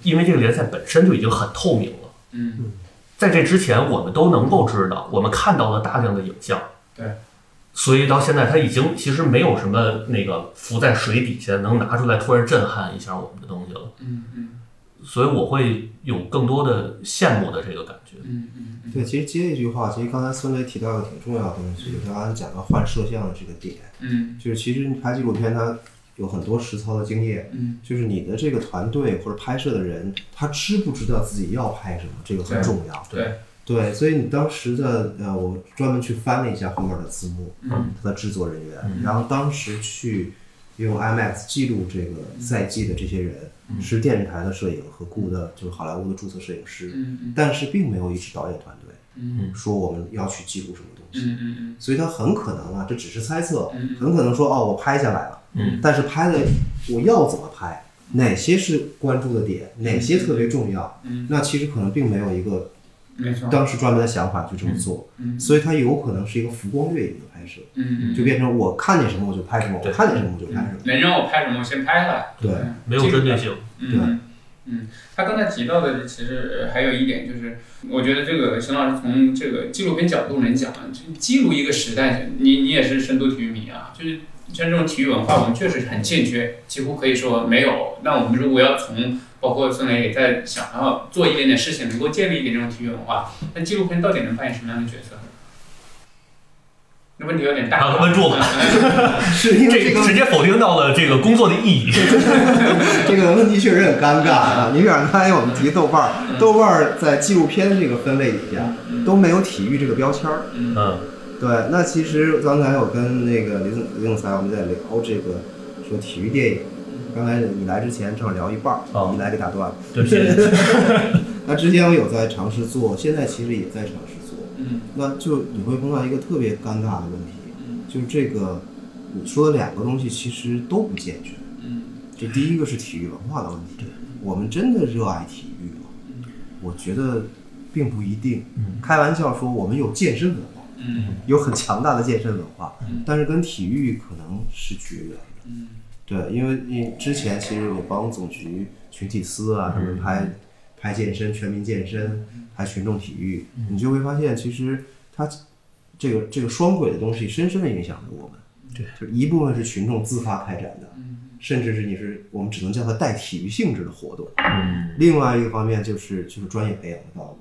I: 因为这个联赛本身就已经很透明了。
B: 嗯，
I: 在这之前，我们都能够知道，我们看到了大量的影像。
B: 对，
I: 所以到现在，它已经其实没有什么那个浮在水底下能拿出来突然震撼一下我们的东西了。
B: 嗯嗯
I: 所以我会有更多的羡慕的这个感觉。
B: 嗯嗯嗯，
H: 对，其实接一句话，其实刚才孙磊提到一个挺重要的东西，就是刚才讲到换摄像的这个点，
B: 嗯
H: 就是其实拍纪录片它有很多实操的经验，
B: 嗯
H: 就是你的这个团队或者拍摄的人，他知不知道自己要拍什么，这个很重要。
B: 对
H: 对，所以你当时的呃，我专门去翻了一下后面的字幕，嗯，他的制作人员，
B: 嗯
H: 然后当时去用 IMAX 记录这
B: 嗯
H: 个赛季的这些人，是电视台的摄影和雇的就是好莱坞的注册摄影师，
B: 嗯嗯
H: 但是并没有一支导演团队，
B: 嗯，
H: 说我们要去记录什么东西，
B: 嗯嗯
H: 所以他很可能啊，这只是猜测
B: 嗯，
H: 很可能说哦，我拍下来了，
I: 嗯，
H: 但是拍的我要怎么拍，哪些是关注的点，哪些特别重要，
B: 嗯
H: 那其实可能并没有一个
B: 嗯，没错，
H: 当时专门的想法去这么做，
B: 嗯
H: 所以它有可能是一个浮光掠影的拍摄，
B: 嗯嗯，
H: 就变成我看见什么我就拍什么，我
I: 对
H: 看见什么我就拍什么，
B: 能让我拍什么我先拍了，
H: 对
B: 嗯
I: 没有针对性，
B: 嗯，嗯，他刚才提到的其实呃还有一点就是，我觉得这个邢老师从这个纪录片角度来讲啊，就记录一个时代，你你也是深度体育迷啊，就是像这种体育文化，我们确实很欠缺，几乎可以说没有。那我们如果要从包括孙磊也在想要做一点点事情，能够建立一点这种体育文化，那纪录片到底能扮演什么样的角色？那问题有点大嗯
I: 啊问住了
H: 是 *laughs* 因为
I: 这
H: 这
I: 个直
H: 个
I: 接否定到了这个工作的意义。
H: 这个问题确实很尴尬
B: *laughs*
H: 啊。你比方说刚才我们提豆瓣
B: 嗯
H: 儿，豆瓣儿在纪录片这个分类底下都没有体育这个标签儿。
I: 嗯
H: 对，那其实刚才我跟那个李总李总裁我们在聊这个说体育电影，刚才你来之前正好聊一半儿，
I: 哦
H: 你来给打断了。
I: 对不起
H: 那之前我有在尝试做，现在其实也在尝试做。
B: 嗯
H: 那就你会碰到一个特别尴尬的问题，就是这个你说的两个东西其实都不健全。
B: 嗯
H: 就第一个是体育文化的问题，我们真的热爱体育吗？我觉得并不一定。开玩笑说我们有健身文化，
B: 嗯
H: 有很强大的健身文化，但是跟体育可能是绝缘的。
B: 嗯
H: 对，因为因为之前其实我帮总局群体司啊，他
I: 嗯
H: 们拍拍健身、全民健身，还群众体育，
I: 嗯
H: 你就会发现其实它这个这个双轨的东西深深的影响着我们。
I: 对，嗯
H: 就是一部分是群众自发开展的，甚至是你是我们只能叫它带体育性质的活动。
I: 嗯
H: 另外一个方面就是就是专业培养的道路。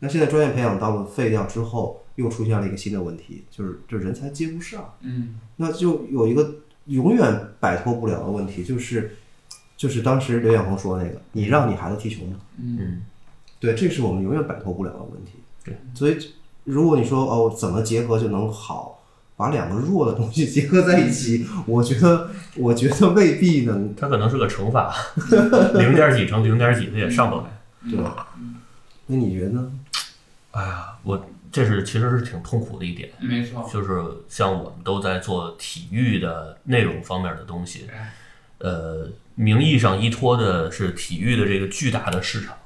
H: 那现在专业培养道路废掉之后，又出现了一个新的问题，就是就是人才接不上。
B: 嗯
H: 那就有一个永远摆脱不了的问题，就是就是当时刘远红说那个，你让你孩子踢球吗？
I: 嗯，
H: 对，这是我们永远摆脱不了的问题。
I: 对，
H: 所以如果你说哦，怎么结合就能好，把两个弱的东西 *laughs* 结合在一起，我觉得我觉得未必能
I: 它可能是个乘法， *laughs* 零点几乘零点几，它也上不来。
H: 对吧？那你觉得呢？
I: 哎呀，我这是其实是挺痛苦的一点，
B: 没错，
I: 就是像我们都在做体育的内容方面的东西，呃，名义上依托的是体育的这个巨大的市场，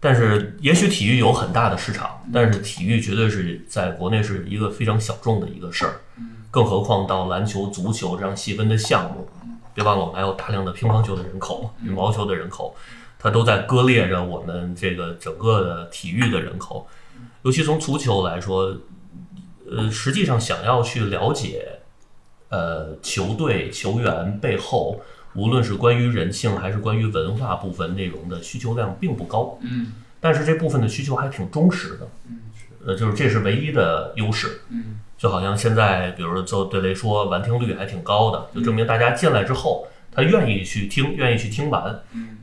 I: 但是也许体育有很大的市场，但是体育绝对是在国内是一个非常小众的一个事儿，更何况到篮球、足球这样细分的项目，别忘了我们还有大量的乒乓球的人口、羽毛球的人口，它都在割裂着我们这个整个的体育的人口。尤其从足球来说，呃，实际上想要去了解，呃，球队球员背后，无论是关于人性还是关于文化部分内容的需求量并不高，
B: 嗯
I: 但是这部分的需求还挺忠实的，呃，就是这是唯一的优势。
B: 嗯
I: 就好像现在，比如就对雷说完听率还挺高的，就证明大家进来之后，他愿意去听，愿意去听完。
B: 嗯嗯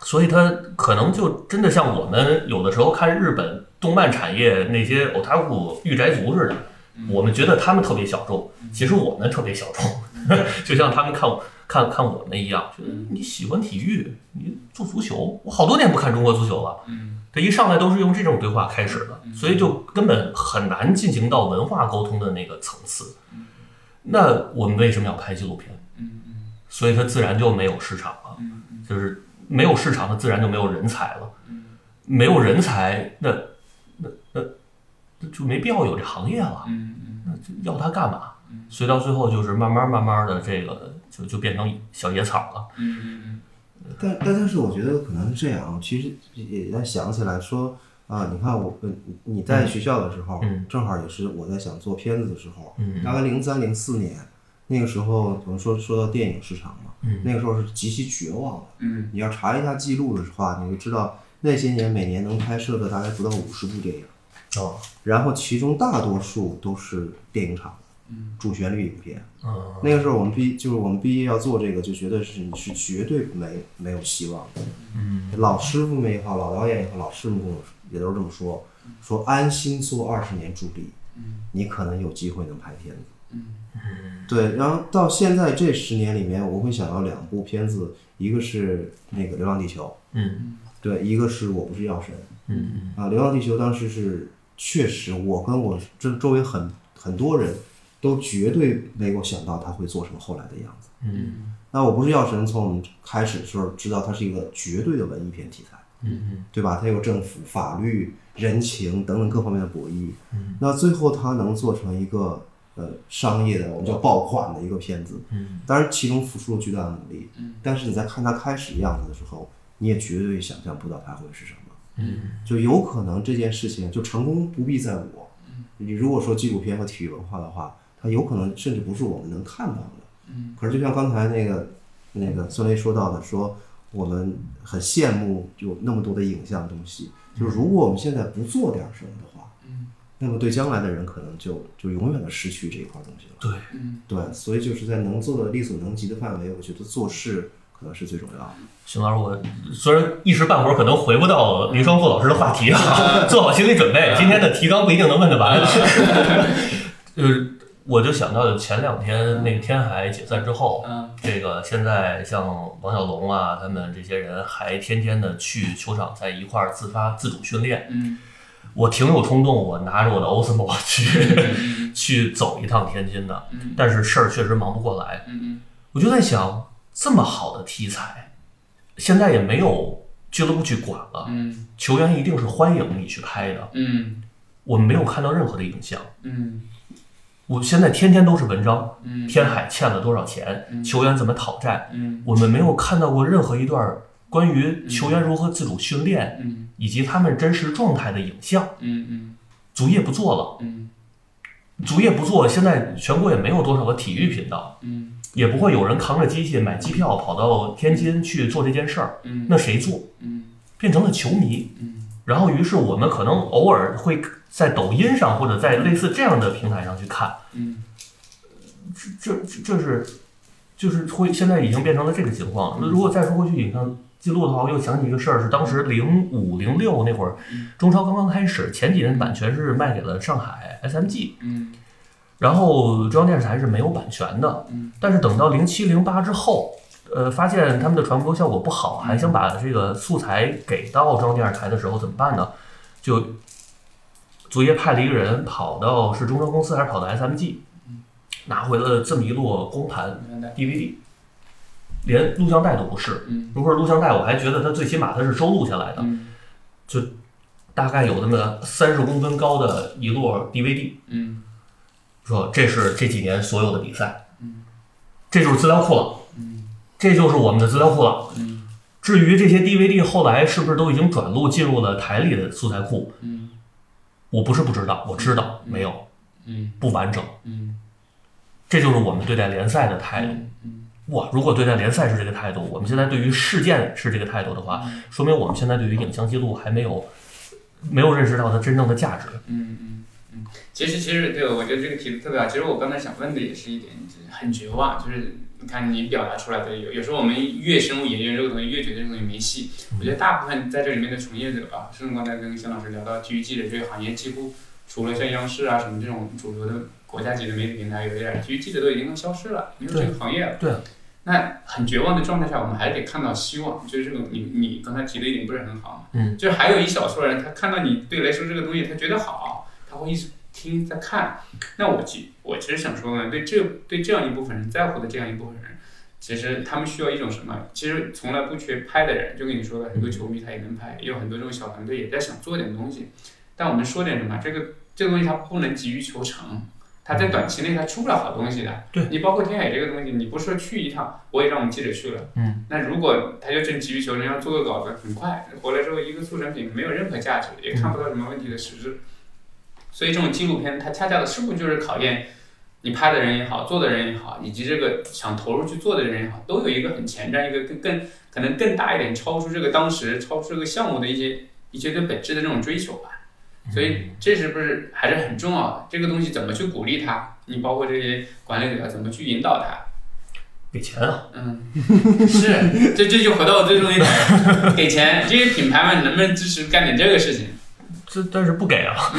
I: 所以他可能就真的像我们有的时候看日本动漫产业那些 otaku 御宅族似的，
B: 嗯
I: 我们觉得他们特别小众，其实我们特别小众，
B: 嗯
I: *laughs* 就像他们看看看我们一样，觉得你喜欢体育，你做足球，我好多年不看中国足球了，
B: 嗯
I: 这一上来都是用这种对话开始的，所以就根本很难进行到文化沟通的那个层次。那我们为什么要拍纪录片？
B: 嗯嗯。
I: 所以它自然就没有市场了，就是没有市场，它自然就没有人才了，没有人才，那那那那就没必要有这行业了，
B: 嗯
I: 那就要它干嘛？所以到最后就是慢慢慢慢的这个就就变成小野草了。
B: 嗯
H: 但但但是我觉得可能是这样，啊其实也在想起来说啊，你看我呃你你在学校的时候，
I: 嗯
H: 正好也是我在想做片子的时候，
I: 嗯
H: 大概零三零四年那个时候，我们说说到电影市场嘛，
I: 嗯
H: 那个时候是极其绝望的。
B: 嗯
H: 你要查一下记录的话，你就知道那些年每年能拍摄的大概不到五十部电影，
I: 哦，
H: 然后其中大多数都是电影厂的主旋律影片。
I: 嗯
H: 那个时候我们毕就是我们毕业要做这个，就觉得是你是绝对没没有希望的。
I: 嗯，
H: 老师傅们也好，老导演也好，老师傅们跟我说也都是这么说，说安心做二十年助理，你可能有机会能拍片子。嗯对，然后到现在这十年里面，我会想到两部片子，一个是那个《流浪地球》，
I: 嗯
H: 对，一个是我不是药神，
I: 嗯
H: 啊，《流浪地球》当时是确实，我跟我这周围很很多人都绝对没有想到他会做成后来的样子。
I: 嗯
H: 那我不是药神，从我们开始的时候知道它是一个绝对的文艺片题材，
I: 嗯
H: 对吧？它有政府、法律、人情等等各方面的博弈。
I: 嗯
H: 那最后它能做成一个呃商业的，我们叫爆款的一个片子，
I: 嗯
H: 当然其中付出了巨大的努力
B: 嗯。
H: 但是你在看它开始的样子的时候，你也绝对想象不到它会是什么。
I: 嗯
H: 就有可能这件事情就成功不必在我。
B: 嗯
H: 你如果说纪录片和体育文化的话，它有可能甚至不是我们能看到的。
B: 嗯
H: 可是就像刚才那个那个孙雷说到的，说我们很羡慕有那么多的影像东西，就是如果我们现在不做点什么的话，
B: 嗯
H: 那么对将来的人可能就就永远的失去这一块东西了。
I: 对，
B: 嗯
H: 对，所以就是在能做的力所能及的范围，我觉得做事可能是最重要的。
I: 熊老师，我虽然一时半会儿可能回不到林双富老师的话题
B: *laughs*
I: 啊，做好心理准备，今天的提纲不一定能问得完。就是，我就想到前两天那个天海解散之后，
B: 嗯
I: 这个现在像王小龙啊，他们这些人还天天的去球场在一块儿自发自主训练。
B: 嗯
I: 我挺有冲动，我拿着我的 Osmo 去 *laughs* 去走一趟天津的，
B: 嗯
I: 但是事儿确实忙不过来。
B: 嗯
I: 我就在想，这么好的题材，现在也没有俱乐部去管了，
B: 嗯
I: 球员一定是欢迎你去拍的。
B: 嗯
I: 我没有看到任何的影像，
B: 嗯
I: 我现在天天都是文章，
B: 嗯
I: 天海欠了多少钱，球员怎么讨债，
B: 嗯
I: 我们没有看到过任何一段关于球员如何自主训练
B: 嗯
I: 以及他们真实状态的影像。
B: 嗯
I: 足业不做了，
B: 嗯
I: 足业不做，现在全国也没有多少个体育频道，
B: 嗯
I: 也不会有人扛着机器买机票跑到天津去做这件事儿。
B: 嗯
I: 那谁做？
B: 嗯
I: 变成了球迷。
B: 嗯
I: 然后，于是我们可能偶尔会在抖音上或者在类似这样的平台上去看，
B: 嗯
I: 这这这是就是会现在已经变成了这个情
B: 嗯
I: 况。那如果再说回去影像记录的话，我又想起一个事儿，是当时零五零六那会儿，
B: 嗯
I: 中超刚刚开始，前几年版权是卖给了上海 SMG，
B: 嗯
I: 然后中央电视台是没有版权的
B: 嗯。
I: 但是等到零七零八之后，呃，发现他们的传播效果不好，还想把这个素材给到中央电视台的时候怎么办呢？就足业派了一个人跑到是中超公司还是跑到 SMG，拿回了这么一摞光盘 DVD，连录像带都不是。
B: 嗯
I: 如果是录像带，我还觉得它最起码它是收录下来的，
B: 嗯
I: 大概有那么三十公分高的一摞 DVD。
B: 嗯
I: 说这是这几年所有的比赛，
B: 嗯，
I: 这就是资料库了，
B: 嗯
I: 这就是我们的资料库了。
B: 嗯
I: 至于这些 DVD 后来是不是都已经转录进入了台里的素材库，
B: 嗯
I: 我不是不知道，我知道没有
B: 嗯
I: 不完整，
B: 嗯
I: 这就是我们对待联赛的态度。哇，如果对待联赛是这个态度，我们现在对于事件是这个态度的话，
B: 嗯
I: 说明我们现在对于影像记录还没有没有认识到它真正的价值。
B: 嗯嗯嗯，其实其实对我觉得这个题目特别好。其实我刚才想问的也是一点，就是很绝望，就是你看你表达出来的，有有时候我们越深入研究这个东西，越觉得这个东西没戏。我觉得大部分在这里面的从业者啊，甚至刚才跟邢老师聊到体育记者这个行业，几乎除了像央视啊什么这种主流的国家级的媒体平台有一点，体育记者都已经消失了，没有这个行业了。
I: 对啊
B: 那很绝望的状态下，我们还得看到希望，就是这个你你刚才提的一点不是很好嘛？就是还有一小撮人，他看到你对雷声这个东西，他觉得好，他会一直听在看。那我其我其实想说呢，对这对这样一部分人在乎的这样一部分人，其实他们需要一种什么？其实从来不缺拍的人，就跟你说的，很多球迷他也能拍，也有很多这种小团队也在想做点东西。但我们说点什么？这个这个东西它不能急于求成，他在短期内他出不了好东西的。
I: 对
B: 你包括天海这个东西，你不是去一趟，我也让我们记者去了。
I: 嗯，
B: 那如果他就真急于求真，要做个稿子，很快回来之后一个速成品，没有任何价值，也看不到什么问题的实质。所以这种纪录片，它恰恰的是不是就是考验你拍的人也好，做的人也好，以及这个想投入去做的人也好，都有一个很前瞻、一个更更可能更大一点，超出这个当时、超出这个项目的一些一些对本质的这种追求吧。所以这是不是还是很重要的？这个东西怎么去鼓励他？你包括这些管理者要怎么去引导他？
I: 给钱啊，
B: 嗯，是，这这就回到最终一点， *laughs* 给钱，这些品牌们能不能支持干点这个事情？
I: 这但是不给啊， *laughs*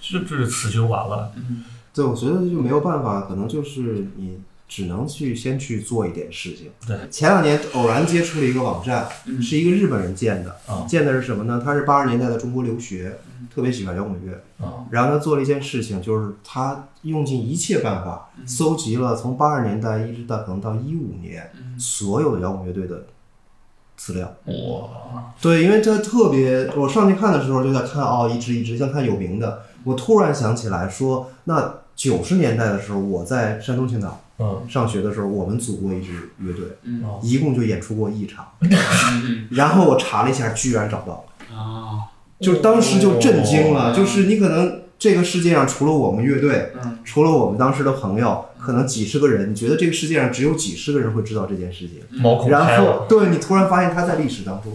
I: 这这是死循环了。
H: 对，我觉得就没有办法，可能就是你只能去先去做一点事情。
I: 对，
H: 前两年偶然接触了一个网站，
B: 嗯
H: 是一个日本人建的，
I: 啊
H: 建的是什么呢？他是八十年代在中国留学，特别喜欢摇滚乐，
I: 啊
H: 然后他做了一件事情，就是他用尽一切办法搜集了从八十年代一直到可能到一五年所有的摇滚乐队的资料。
I: 哇，
H: 对，因为这特别，我上去看的时候就在看哦，一支一支，像看有名的。我突然想起来说，那九十年代的时候，我在山东青岛
I: 嗯，
H: 上学的时候，我们组过一支乐队，
B: 嗯
I: 哦
H: 一共就演出过一场。
B: 嗯
H: 然后我查了一下，居然找到了，
B: 嗯哦，
H: 就是当时就震惊了，
B: 哦
H: 就是你可能这个世界上除了我们乐队，
B: 嗯
H: 除了我们当时的朋友，可能几十个人，你觉得这个世界上只有几十个人会知道这件事情。
B: 嗯
I: 毛孔开
H: 然后
I: 了，
H: 对你突然发现它在历史当中，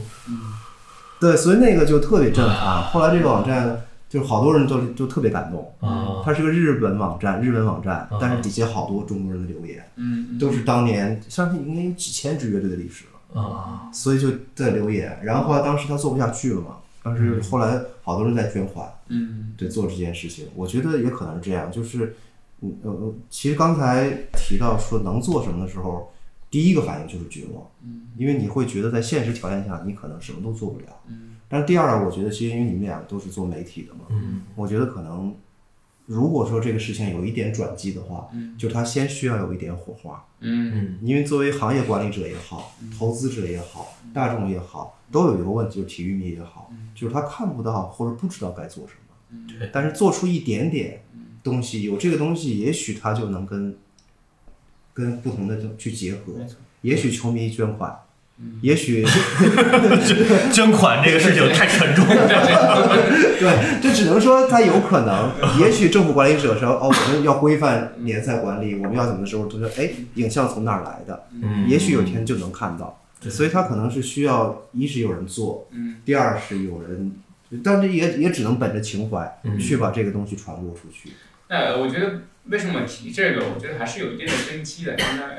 H: 对，所以那个就特别震撼。啊后来这个网站就好多人都就特别感动，
I: 啊，
H: 它是个日本网站，日文网站
I: 嗯，
H: 但是底下好多中国人的留言，
B: 嗯，
H: 都是当年相信应该有几千支乐队的历史了，
I: 啊，
H: 所以就在留言。然后后来当时他做不下去了嘛，但是后来好多人在捐款，
B: 嗯
H: 对做这件事情，我觉得也可能是这样，就是，嗯呃，呃其实刚才提到说能做什么的时候，第一个反应就是绝望，嗯，因为你会觉得在现实条件下你可能什么都做不了，嗯，但是第二，我觉得其实因为你们俩都是做媒体的嘛，嗯，我觉得可能如果说这个事情有一点转机的话，嗯，就它先需要有一点火花，
B: 嗯
H: 因为作为行业管理者也好，投资者也好，大众也好，都有一个问题，就是体育迷也好，就是他看不到或者不知道该做什么，
I: 对
H: 但是做出一点点东西，有这个东西，也许他就能跟跟不同的就去结合，也许球迷捐款，也许 *laughs*
I: 捐款这个事情太沉重了。
H: 对，这只能说他有可能，也许政府管理者说哦，我们要规范联赛管理，我们要怎么的时候，他说哎，影像从哪儿来的？
I: 嗯
H: 也许有一天就能看到。
I: 对
H: 所以它可能是需要，一是有人做，
B: 嗯
H: 第二是有人，但是也也只能本着情怀
I: 嗯
H: 去把这个东西传播出去。
B: 那我觉得为什么提这个？我觉得还是有一定的根基的。那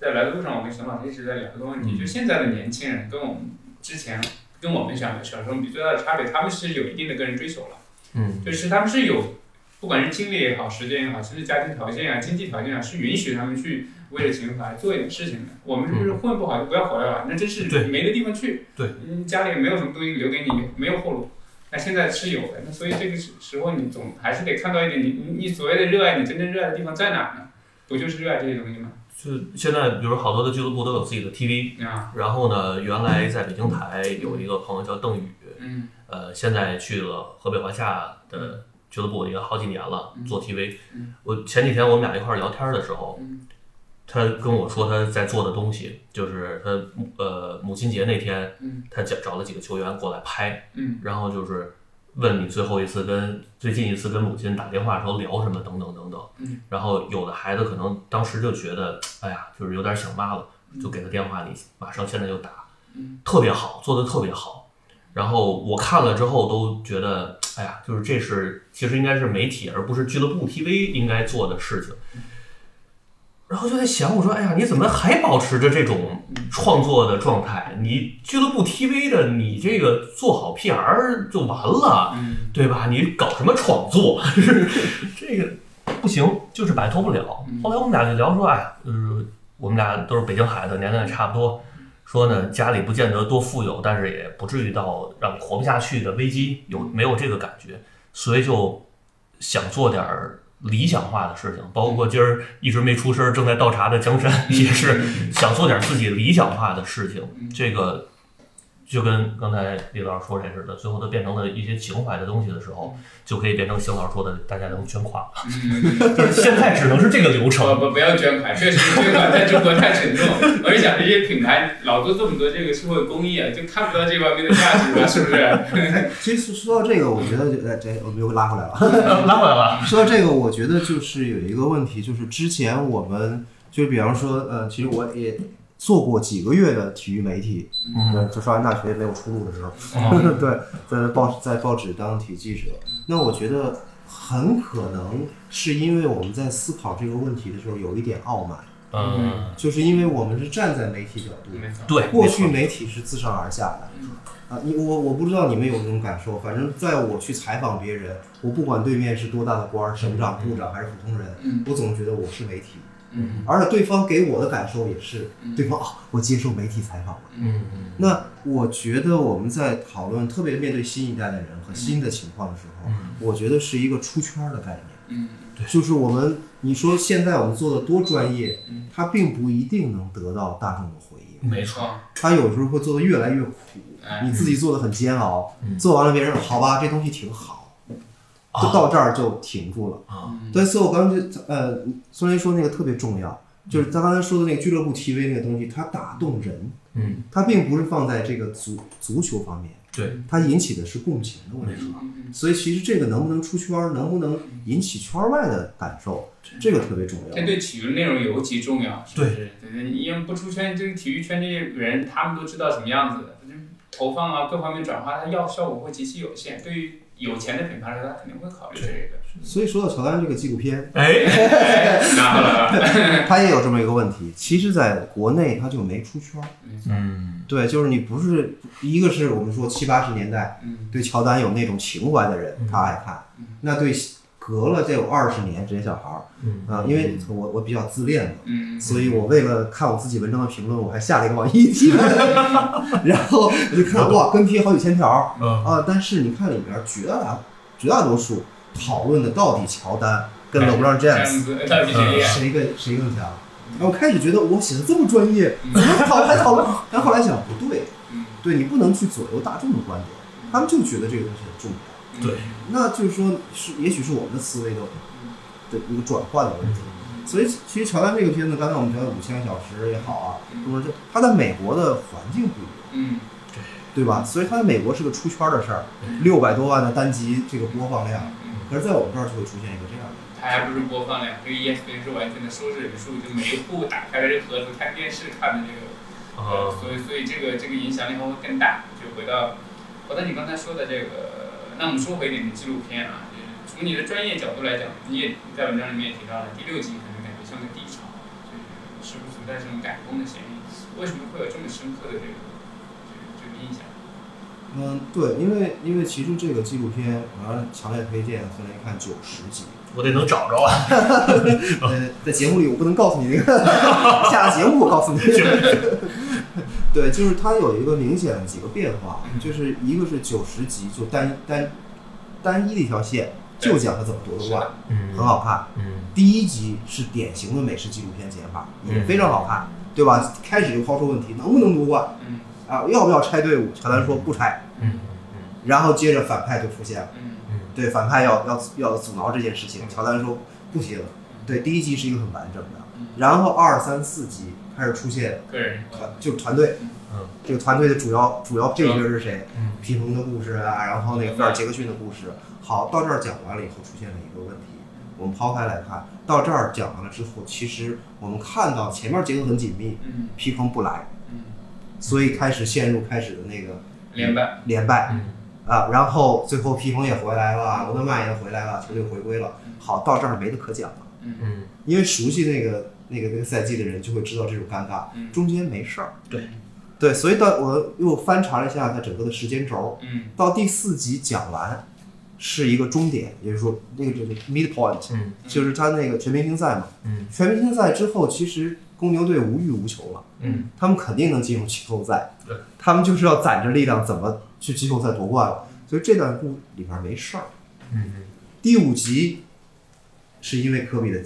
B: 在来的路上，我跟沈老师一直在聊这个问题，就现在的年轻人跟我们之前跟我们小小时候比最大的差别，他们是有一定的个人追求了。
I: 嗯
B: 就是他们是有，不管是精力也好，时间也好，甚至家庭条件啊、经济条件啊，是允许他们去为了情怀做一点事情的。我们是不是混不好就不要回来了？那真是
I: 对
B: 没的地方去。
I: 对，
B: 嗯，家里也没有什么东西留给你，没有后路。那现在是有的，那所以这个时时候你总还是得看到一点你你你所谓的热爱，你真正热爱的地方在哪儿呢？不就是热爱这些东西吗？
I: 就现在，比如好多的俱乐部都有自己的 TV，
B: 啊，
I: 然后呢，原来在北京台有一个朋友叫邓宇，
B: 嗯
I: 呃，现在去了河北华夏的俱乐部也好几年了，做 TV。我前几天我们俩一块儿聊天的时候，他跟我说他在做的东西，就是他母呃母亲节那天
B: 嗯，
I: 他找找了几个球员过来拍，
B: 嗯
I: 然后就是问你最后一次跟最近一次跟母亲打电话的时候聊什么等等等等
B: 嗯。
I: 然后有的孩子可能当时就觉得，哎呀，就是有点想妈了，
B: 嗯
I: 就给他电话，你马上现在就打，特别好，做的特别好。然后我看了之后都觉得，哎呀，就是这是其实应该是媒体而不是俱乐部 TV 应该做的事情。然后就在想，我说，哎呀，你怎么还保持着这种创作的状态？你俱乐部 TV 的，你这个做好 PR 就完了，对吧？你搞什么创作？ *laughs* 这个不行，就是摆脱不了。后来我们俩就聊说，哎呀，就是我们俩都是北京孩子，年龄也差不多。说呢，家里不见得多富有，但是也不至于到让活不下去的危机，有没有这个感觉？所以就想做点儿理想化的事情，包括今儿一直没出声儿，正在倒茶的江山也是想做点自己理想化的事情。这个就跟刚才李老师说这似的，最后它变成了一些情怀的东西的时候，就可以变成邢老师说的，大家能捐款了。 *laughs* 就是现在只能是这个流
B: 不
I: 程。
B: 呃不不要捐款，确实捐款在中国太沉重。我是想这些品牌老做这么多这个社会公益啊，就看不到这方面的价值了，是不是？
H: 哎，其实说到这个，我觉得就哎，这我们又拉回来了。
I: *laughs* 拉回来了，
H: 说到这个，我觉得就是有一个问题，就是之前我们就比方说，呃，其实我也做过几个月的体育媒体，嗯，就上完大学没有出路的时候，
B: 嗯
H: *laughs* 对，在报在报纸当体育记者。那我觉得很可能是因为我们在思考这个问题的时候有一点傲慢，
I: 嗯，
H: 就是因为我们是站在媒体角度，
B: *laughs* 没错，
I: 对，
H: 过
I: 没
H: 去
I: 错
H: 媒体是自上而下的。啊，你我我不知道你们有这种感受，反正在我去采访别人，我不管对面是多大的官儿，省长、部长还是普通人，我总觉得我是媒体，
B: 嗯，
H: 而且对方给我的感受也是，对方啊，我接受媒体采访了。
I: 嗯
H: 那我觉得我们在讨论，特别面对新一代的人和新的情况的时候，我觉得是一个出圈儿的概念。
B: 嗯，
H: 就是我们，你说现在我们做的多专业，
B: 嗯
H: 它并不一定能得到大众的回应。
I: 没错，
B: 错，
H: 他有时候会做的越来越苦，
B: 哎
H: 你自己做的很煎熬，
I: 嗯
H: 做完了别人说好吧，这东西挺好，就到这儿就停住了。
I: 啊
B: 嗯
H: 对，所以我刚才就呃，孙雷说那个特别重要，就是他刚才说的那个俱乐部 TV 那个东西，它打动人，
I: 嗯，
H: 它并不是放在这个足足球方面，
I: 对，
H: 它引起的是共情的问题。所以其实这个能不能出圈儿，能不能引起圈儿外的感受，这个特别重要。
B: 这哎对体育内容尤其重要，是不
I: 对
B: 是？对对，你要不出圈，这个体育圈这些人他们都知道什么样子的，就是投放啊各方面转化，它要效果会极其有限。对于有钱的品牌来说，他肯定会考虑这个。
H: 所以说到乔丹这个纪录片，
I: 哎，
B: 哎拿回来了，
H: 他也有这么一个问题。其实，在国内他就没出圈儿。
B: 没错，
I: 嗯，
H: 对，就是你不是一个是我们说七八十年代
B: 嗯
H: 对乔丹有那种情怀的人，
I: 嗯
H: 他爱看。那对隔了得有二十年这些小孩儿，
I: 嗯
H: 啊，因为我我比较自恋嘛，
B: 嗯，
H: 所以我为了看我自己文章的评论，我还下了一个网易
I: *laughs*
H: 新闻，然后我就看哇，跟帖好几千条儿
I: 嗯
H: 啊。但是你看里边儿绝大绝大多数讨论的到底乔丹跟
B: 哎
H: LeBron
B: 詹
H: James
B: 姆斯他比谁厉害？
H: 谁更谁更强？然后我开始觉得我写的这么专业，怎么讨还讨论？但后来想不对，
B: 嗯
H: 对你不能去左右大众的观点，他们就觉得这个东西很重要。
B: 嗯
I: 对，
H: 那就是说是，也许是我们的思维的的一个转换的问题。所以其实乔丹这个片子，刚才我们聊的五千个小时也好啊，或者是它在美国的环境不一样。
B: 嗯，
H: 对吧？所以它在美国是个出圈的事儿，六百多万的单集这个播放量，
B: 嗯
H: 可是在我们这儿就会出现一个这样的。
B: 他还不是播放量，跟 E ESPN 是完全的收视人数，就每一户打开了这盒子看电视看的这个。
I: 啊，
B: 所以所以这个这个影响力会更大。就回到回到你刚才说的这个，那我们说回你的纪录片啊，就是从你的专业角度来讲，你也在文章里面也提到了第六集可能感觉像个低潮，就是是不存在这种赶工的嫌疑？为什么会有这么深刻的这个这个这个印象？
H: 嗯，对，因为因为其实这个纪录片，我要强烈推荐孙雷看九十集。
I: 我得能找着啊，
H: 呃，在节目里我不能告诉你 *laughs* 那个，下了节目我告诉你。对，就是它有一个明显的几个变化，就是一个是九十集就单单单一的一条线，就讲他怎么夺冠，
I: 嗯
H: 很好看。
I: 嗯
H: 第一集是典型的美式纪录片剪法，也
I: 嗯
H: 非常好看，对吧？开始就抛出问题，能不能夺冠
B: 嗯
H: 啊？要不要拆队伍？乔丹说不拆，
I: 嗯
H: 然后接着反派就出现了。
B: 嗯
H: 对反派要要要阻挠这件事
I: 嗯
H: 情。乔丹说不行，对第一集是一个很完整的，然后二三四集开始出现
B: 个人
H: 团就是团队，
I: 嗯，
H: 这个团队的主要主要配角是谁？
I: 嗯
H: 皮蓬的故事啊，然后那个菲尔杰克逊的故事。好，到这儿讲完了以后，出现了一个问题，我们抛开来看，到这儿讲完了之后，其实我们看到前面节奏很紧密，
B: 嗯
H: 皮蓬不来，
B: 嗯，
H: 所以开始陷入开始的那个
B: 连败，
H: 连败，
I: 嗯
H: 啊，然后最后皮蓬也回来了，罗德曼也回来了，球队回归了。好，到这儿没得可讲了，
I: 嗯，
H: 因为熟悉那个那个那个赛季的人就会知道这种尴尬，
B: 嗯
H: 中间没事儿。
I: 对
H: 对，所以到我又翻查了一下它整个的时间轴，
B: 嗯
H: 到第四集讲完是一个终点，也就是说那个这个 midpoint，、
I: 嗯
H: 就是他那个全明星赛嘛。
I: 嗯，
H: 全明星赛之后，其实公牛队无欲无求了。
I: 嗯，
H: 他们肯定能进入季后赛。
I: 对，
H: 他们就是要攒着力量，怎么去季后赛夺冠了。所以这段故里边没事儿。
I: 嗯，
H: 第五集是因为科比的，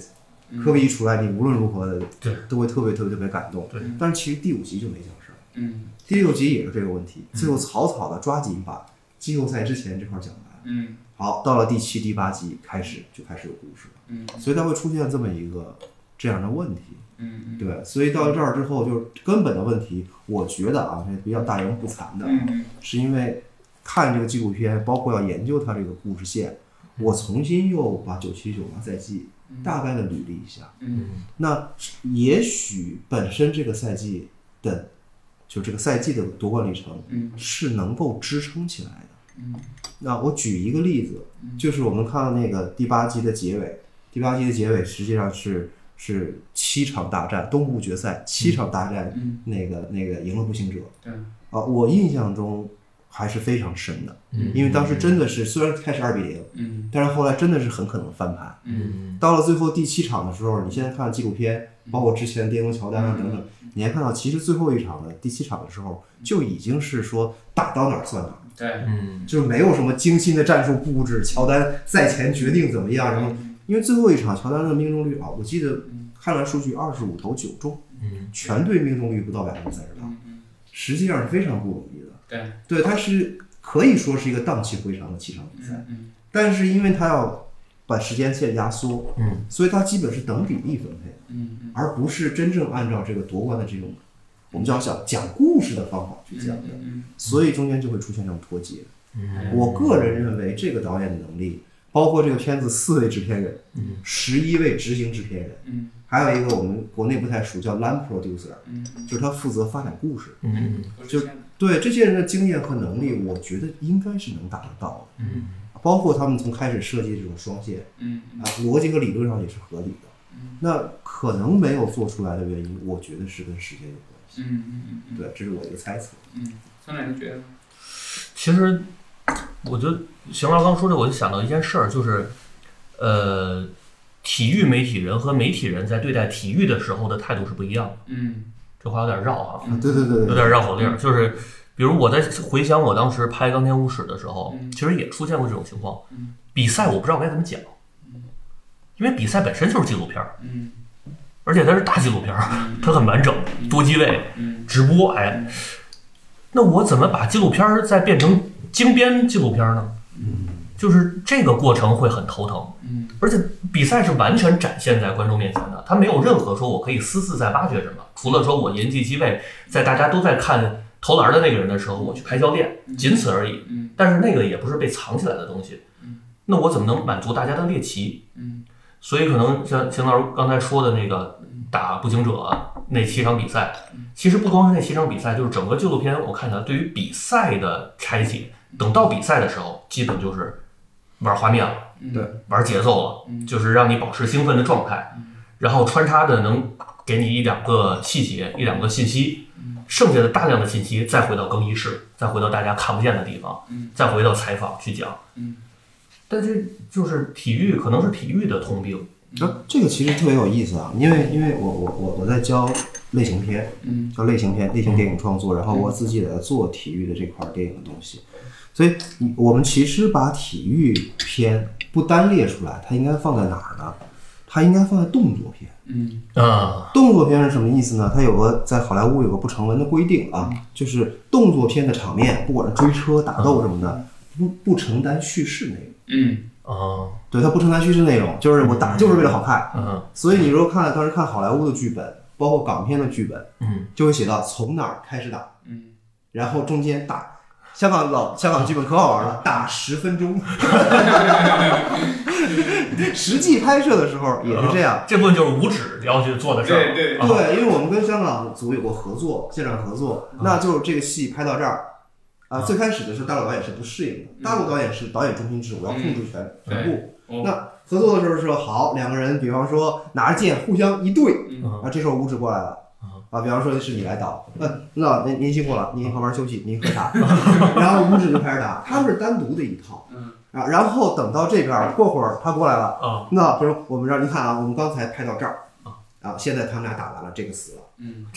H: 科比一出来，你无论如何
I: 对
H: 都会特别特别特别感动。
I: 对，
H: 但是其实第五集就没讲事儿。
B: 嗯
H: 第六集也是这个问题，最后草草的抓紧把季后赛之前这块讲完。
B: 嗯
H: 好，到了第七、第八集开始就开始有故事了，
B: 嗯
H: 所以它会出现这么一个这样的问题。
B: 嗯嗯
H: 对，所以到这儿之后，就是根本的问题，我觉得啊，这比较大言不惭的，
B: 嗯
H: 是因为看这个纪录片，包括要研究它这个故事线，我重新又把九七九八赛季大概的捋了一下。
B: 嗯
H: 那也许本身这个赛季的，就这个赛季的夺冠历程
B: 嗯
H: 是能够支撑起来的。
B: 嗯
H: 那我举一个例子，就是我们看到那个第八集的结尾，第八集的结尾实际上是是七场大战，东部决赛七场大战，
B: 嗯
H: 那个那个赢了步行者
B: 对
H: 啊，我印象中还是非常深的，因为当时真的是虽然开始二比零，
B: 嗯
H: 但是后来真的是很可能翻盘。
B: 嗯
H: 到了最后第七场的时候，你现在看纪录片，包括之前《巅峰乔丹》啊
B: 嗯
H: 等等，你还看到，其实最后一场的第七场的时候，就已经是说打到哪儿算哪儿，
B: 对
I: 嗯
H: 就是没有什么精心的战术布置，乔丹赛前决定怎么样，然后
B: 嗯
H: 因为最后一场乔丹的命中率啊，我记得看完数据二十五投九中，
I: 嗯
H: 全队命中率不到百分之三十八，
B: 嗯
H: 实际上是非常不容易的。
B: 对
H: 对，它是可以说是一个荡气回肠的七场比赛，
B: 嗯
H: 但是因为它要把时间线压缩，
I: 嗯
H: 所以它基本是等比例分配的，
B: 嗯
H: 而不是真正按照这个夺冠的这种我们叫讲讲故事的方法去讲的，
B: 嗯哎
H: 所以中间就会出现这种脱节。
I: 嗯
H: 我个人认为，这个导演的能力，包括这个片子四位制片人
I: 嗯，
H: 十一位执行制片人，
B: 嗯
H: 还有一个我们国内不太熟叫 line producer，
B: 嗯
H: 就是他负责发展故事。
I: 嗯
H: 对这些人的经验和能力，我觉得应该是能达得到的。
I: 嗯，
H: 包括他们从开始设计这种双线，
B: 嗯
H: 啊，逻辑和理论上也是合理的。那可能没有做出来的原因，我觉得是跟时间有关系。
B: 嗯嗯
H: 对，这是我一个猜测。
B: 嗯，宋冉你觉得呢？
I: 其实我觉得邢老刚说这，我就想到一件事儿，就是呃，体育媒体人和媒体人在对待体育的时候的态度是不一样的。
B: 嗯
I: 这话有点绕啊，
H: 啊，对对对
I: 有
H: 对，
I: 点绕口令儿。就是比如我在回想我当时拍《钢铁武士》的时候，
B: 嗯
I: 其实也出现过这种情况
B: 嗯。
I: 比赛我不知道该怎么讲，因为比赛本身就是纪录片儿，
B: 嗯
I: 而且它是大纪录片儿，它很完整，多机位，
B: 嗯
I: 直播，哎，那我怎么把纪录片儿再变成精编纪录片儿呢？就是这个过程会很头疼，
B: 嗯
I: 而且比赛是完全展现在观众面前的，它没有任何说我可以私自在挖掘什么，除了说我沿记机位，在大家都在看投篮的那个人的时候，我去拍教练，仅此而已。
B: 嗯
I: 但是那个也不是被藏起来的东西
B: 嗯，
I: 那我怎么能满足大家的猎奇？
B: 嗯
I: 所以可能像邢老师刚才说的那个打步行者那七场比赛，
B: 嗯
I: 其实不光是那七场比赛，就是整个纪录片，我看起来对于比赛的拆解，
B: 嗯
I: 等到比赛的时候，基本就是玩画面了，
B: 嗯
H: 对
I: 玩节奏了，就是让你保持兴奋的状态，
B: 嗯
I: 然后穿插的能给你一两个细节，一两个信息，剩下的大量的信息再回到更衣室，再回到大家看不见的地方
B: 嗯，
I: 再回到采访去讲。
B: 嗯
I: 但是就是体育，可能是体育的通病。
B: 嗯
H: 啊，这个其实特别有意思啊，因为因为我我我我在教类型片，
B: 嗯
H: 叫类型片、类型电影创作，然后我自己也在做体育的这块儿电影的东西，所以你我们其实把体育片不单列出来，它应该放在哪儿呢？它应该放在动作片。
B: 嗯
I: 啊，
H: 动作片是什么意思呢？它有个在好莱坞有个不成文的规定啊，
B: 嗯
H: 就是动作片的场面，不管是追车、打斗什么的，不不承担叙事内容。
B: 嗯
I: 哦，
H: 对，它不承担叙事内容，就是我打就是为了好看。
I: 嗯
H: 所以你如果看当时看好莱坞的剧本，包括港片的剧本，
I: 嗯，
H: 就会写到从哪儿开始打，
B: 嗯
H: 然后中间打。香港老香港剧本可好玩了，打十分钟。 *laughs* 实际拍摄的时候也是这样，
I: 这部分就是五指要去做的事儿。
B: 对对
I: 啊
H: 对，因为我们跟香港组有过合作，现场合作，那就是这个戏拍到这儿，啊，最开始的时候大陆导演是不适应的，大陆导演是导演中心制，我要控制全全部。
B: 我
H: 那合作的时候说好，两个人，比方说拿着剑互相一对，
B: 嗯
H: 啊，这时候五指过来了。啊，比方说是你来导，那那您您辛苦了，您旁边休息，您喝茶， *laughs* 然后五指就开始打，他们是单独的一套
B: 嗯
H: 啊，然后等到这边儿过会儿他过来了，
I: 啊，
H: 那不是我们让您看啊，我们刚才拍到这儿啊，现在他们俩打完了，这个死了，
B: 嗯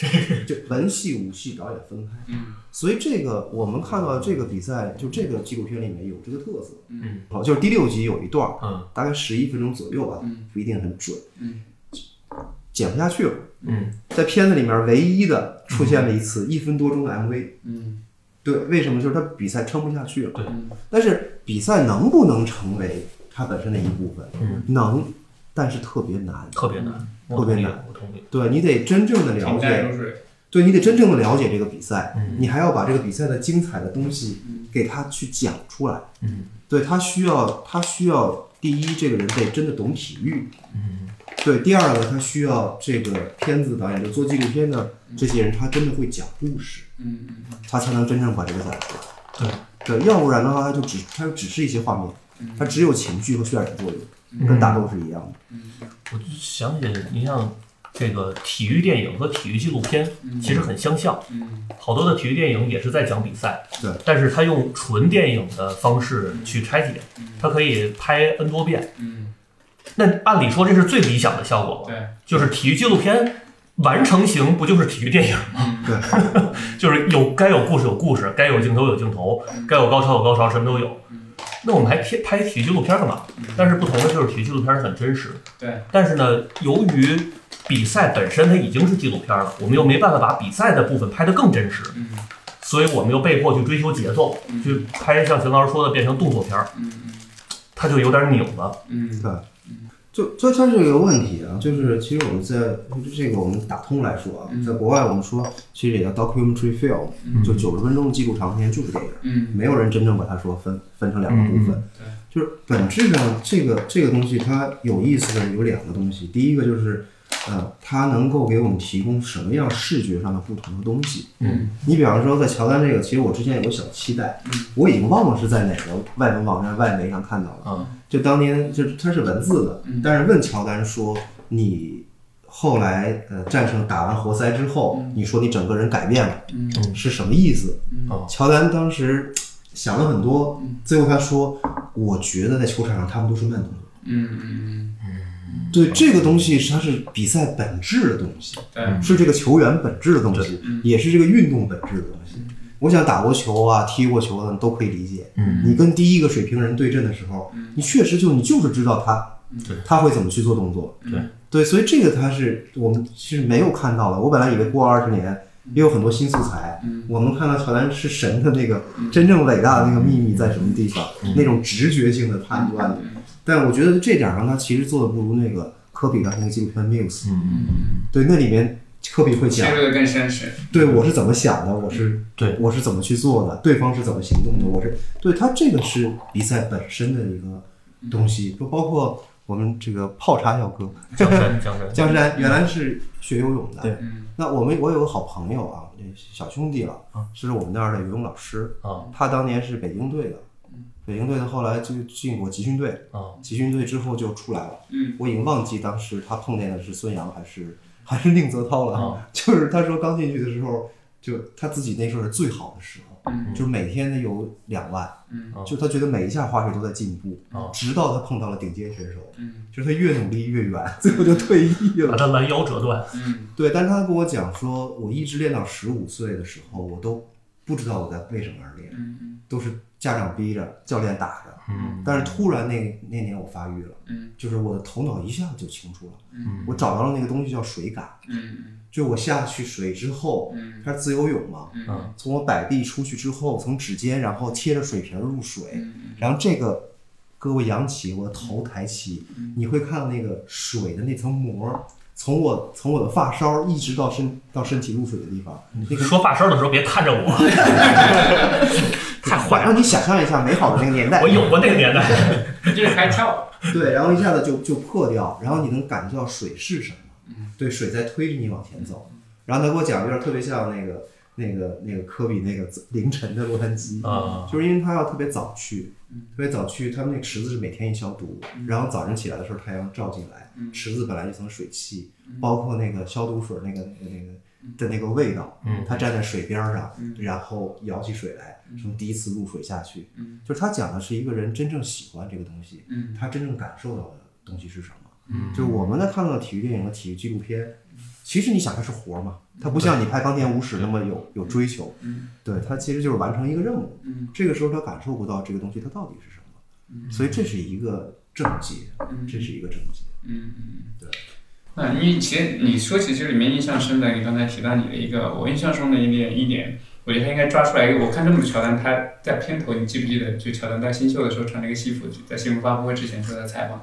H: 就文戏武戏导演分开，
B: 嗯
H: 所以这个我们看到这个比赛，就这个纪录片里面有这个特色，
B: 嗯，
H: 好，就是第六集有一段儿，
I: 嗯
H: 大概十一分钟左右吧
B: 嗯，
H: 不一定很准，
B: 嗯，
H: 剪不下去了。
I: 嗯，
H: 在片子里面唯一的出现了一次一分多钟的 MV，
B: 嗯
H: 对，为什么？就是他比赛撑不下去了。
I: 对
H: 但是比赛能不能成为它本身的一部分？
I: 嗯，
H: 能，但是特别难。
I: 特别难，我
H: 特别
I: 同意
H: 难，
I: 我同意。
H: 对你得真正的了
B: 平淡如
H: 解，
B: 水，
H: 对你得真正的了解这个比赛，
I: 嗯
H: 你还要把这个比赛的精彩的东西给他去讲出来。
I: 嗯
H: 对他需要，他需要第一，这个人得真的懂体育。
I: 嗯
H: 对，第二个，他需要这个片子导演，就做纪录片的这些人，他真的会讲故事，
B: 嗯嗯
H: 他才能真正把这个讲出来。
I: 对，
H: 对，要不然的话，它就只它就只是一些画
B: 嗯
H: 面，它只有情绪和渲染作用，跟大豆是一样的。
I: 我就想起你像这个体育电影和体育纪录片其实很相像，
B: 嗯
I: 好多的体育电影也是在讲比赛，
H: 对，
I: 但是它用纯电影的方式去拆解，它可以拍 N 多遍。
B: 嗯，
I: 那按理说这是最理想的效果了，
B: 对，
I: 就是体育纪录片完成型不就是体育电影吗？
B: 嗯
H: 对，
I: *laughs* 就是有该有故事有故事，该有镜头有镜头，
B: 嗯
I: 该有高潮有高潮，什么都有。那我们还贴拍体育纪录片干嘛？
B: 嗯
I: 但是不同的就是体育纪录片很真实，
B: 对，
I: 但是呢，由于比赛本身它已经是纪录片了，我们又没办法把比赛的部分拍得更真实，
B: 嗯
I: 所以我们又被迫去追求节奏，
H: 嗯
I: 去拍像邢老师说的变成动作片儿，
B: 嗯
I: 它就有点拧了。
B: 嗯
H: 对，就所以它这个问题啊，就是其实我们在这个我们打通来说啊，
B: 嗯
H: 在国外我们说其实也叫 documentary film，就九十分钟的纪录长片就是电影，
B: 嗯
H: 没有人真正把它说分分成两个部分。就是本质上这个这个东西它有意思的有两个东西，第一个就是。呃，它能够给我们提供什么样视觉上的不同的东西？
I: 嗯，
H: 你比方说在乔丹这个，其实我之前有个小期待，
B: 嗯
H: 我已经忘了是在哪个外文网站、外媒上看到
B: 啊
H: 了。
I: 嗯，
H: 就当年就是它是文字的，
B: 嗯
H: 但是问乔丹说你后来呃战胜打完活塞之后，你说你整个人改变了，
B: 嗯
H: 是什么意思？
I: 哦
H: 乔丹当时想了很多，
B: 嗯
H: 最后他说，我觉得在球场上他们都是慢动作。
B: 嗯嗯，
H: 对，这个东西是它是比赛本质的东西，
B: 对，嗯
H: 是这个球员本质的东西，也是这个运动本质的东西。我想打过球啊，踢过球的都可以理解。
I: 嗯，
H: 你跟第一个水平人对阵的时候，你确实就你就是知道他，他会怎么去做动作。
I: 对
H: 对，所以这个他是我们是没有看到的。我本来以为过二十年也有很多新素材，我们看到乔丹是神的那个真正伟大的那个秘密在什么地方，那种直觉性的判断。但我觉得这点上他其实做的不如那个科比刚才那个纪录片《Muse》。对，那里面科比会讲
B: 切入的更深是，
H: 对我是怎么想的，我是
I: 嗯对
H: 我是怎么去做的，对方是怎么行动的，我是对他这个是比赛本身的一个东西，就包括我们这个泡茶小哥 *laughs*
I: 江山，江山，
H: 江山原来是学游泳的，
I: 对
B: 嗯
H: 那我们我有个好朋友啊，这小兄弟了，是我们那儿的游泳老师，
I: 嗯啊
H: 他当年是北京队的，北京队的后来就进过集训队，
I: 啊
H: 集训队之后就出来了。
B: 嗯，
H: 我已经忘记当时他碰见的是孙杨还是还是宁泽涛了。
I: 啊
H: 就是他说刚进去的时候，就他自己那时候是最好的时候，
I: 嗯
H: 就是每天他有两万，
B: 嗯
H: 就他觉得每一下滑水都在进步，
I: 啊
H: 直到他碰到了顶尖选手，
B: 嗯
H: 就是他越努力越远， *laughs* 最后就退役
I: 把
H: 了。
I: 它拦腰折断。
B: 嗯
H: 对，但是他跟我讲说，我一直练到十五岁的时候，我都不知道我在为什么而练，
B: 嗯
H: 都是家长逼着，教练打着。
I: 嗯
H: 但是突然那那年我发育了，
B: 嗯，
H: 就是我的头脑一下就清楚了，
B: 嗯，
H: 我找到了那个东西叫水感，
B: 嗯
H: 就我下去水之后，
B: 嗯
H: 它是自由泳嘛，
B: 嗯
H: 从我摆臂出去之后，从指尖然后贴着水瓶入水，
B: 嗯
H: 然后这个胳膊扬起，我的头抬起，
B: 嗯
H: 你会看到那个水的那层膜。从我从我的发梢一直到身到身体入水的地方，那个
I: 说发声的时候别看
H: *laughs*
I: 着我，太坏了。
H: 让你想象一下美好的那个年代。
I: 我有过那个年代，
H: *laughs*
B: 嗯，这是开窍，
H: 对，然后一下子就就破掉，然后你能感觉到水是什么，对，水在推着你往前走。然后他给我讲，有点特别像那个那个那个科比那个凌晨的洛杉矶，
I: 啊
H: 就是因为他要特别早去，特别早去，他们那个池子是每天一消毒，然后早晨起来的时候太阳照进来，池子本来一层水汽，包括那个消毒水那个那个那个。的那个味道，
I: 嗯
H: 他站在水边儿上，然后舀起水来，从第一次入水下去，就是他讲的是一个人真正喜欢这个东西，
B: 嗯
H: 他真正感受到的东西是什么？就是我们在看到体育电影和体育纪录片，其实你想它是活儿嘛，它不像你拍《钢铁五史》那么有有追求，对，它其实就是完成一个任务。这个时候他感受不到这个东西它到底是什么，所以这是一个症结，这是一个症结。
B: 嗯嗯，那你其实你说起这里面印象深的，你刚才提到你的一个，我印象中的一点一点，我觉得他应该抓出来。我看这么多乔丹，他在片头你记不记得？就乔丹在新秀的时候穿了一个西服，就在新闻发布会之前说的采访。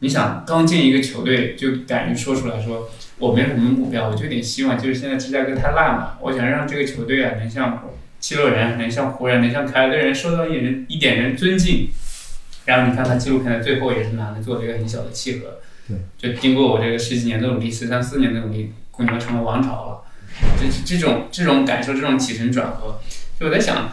B: 你想刚进一个球队就敢于说出来说我没什么目标，我就有点希望，就是现在芝加哥太烂了，我想让这个球队啊能像七六人，能像湖人，能像凯尔特人受到一人一点人尊敬。然后你看他纪录片的最后也是拿来做了一个很小的契合，就经过我这个十几年的努力，十三四年的努力，公牛成了王朝了。这这种这种感受，这种起承转合，就我在想，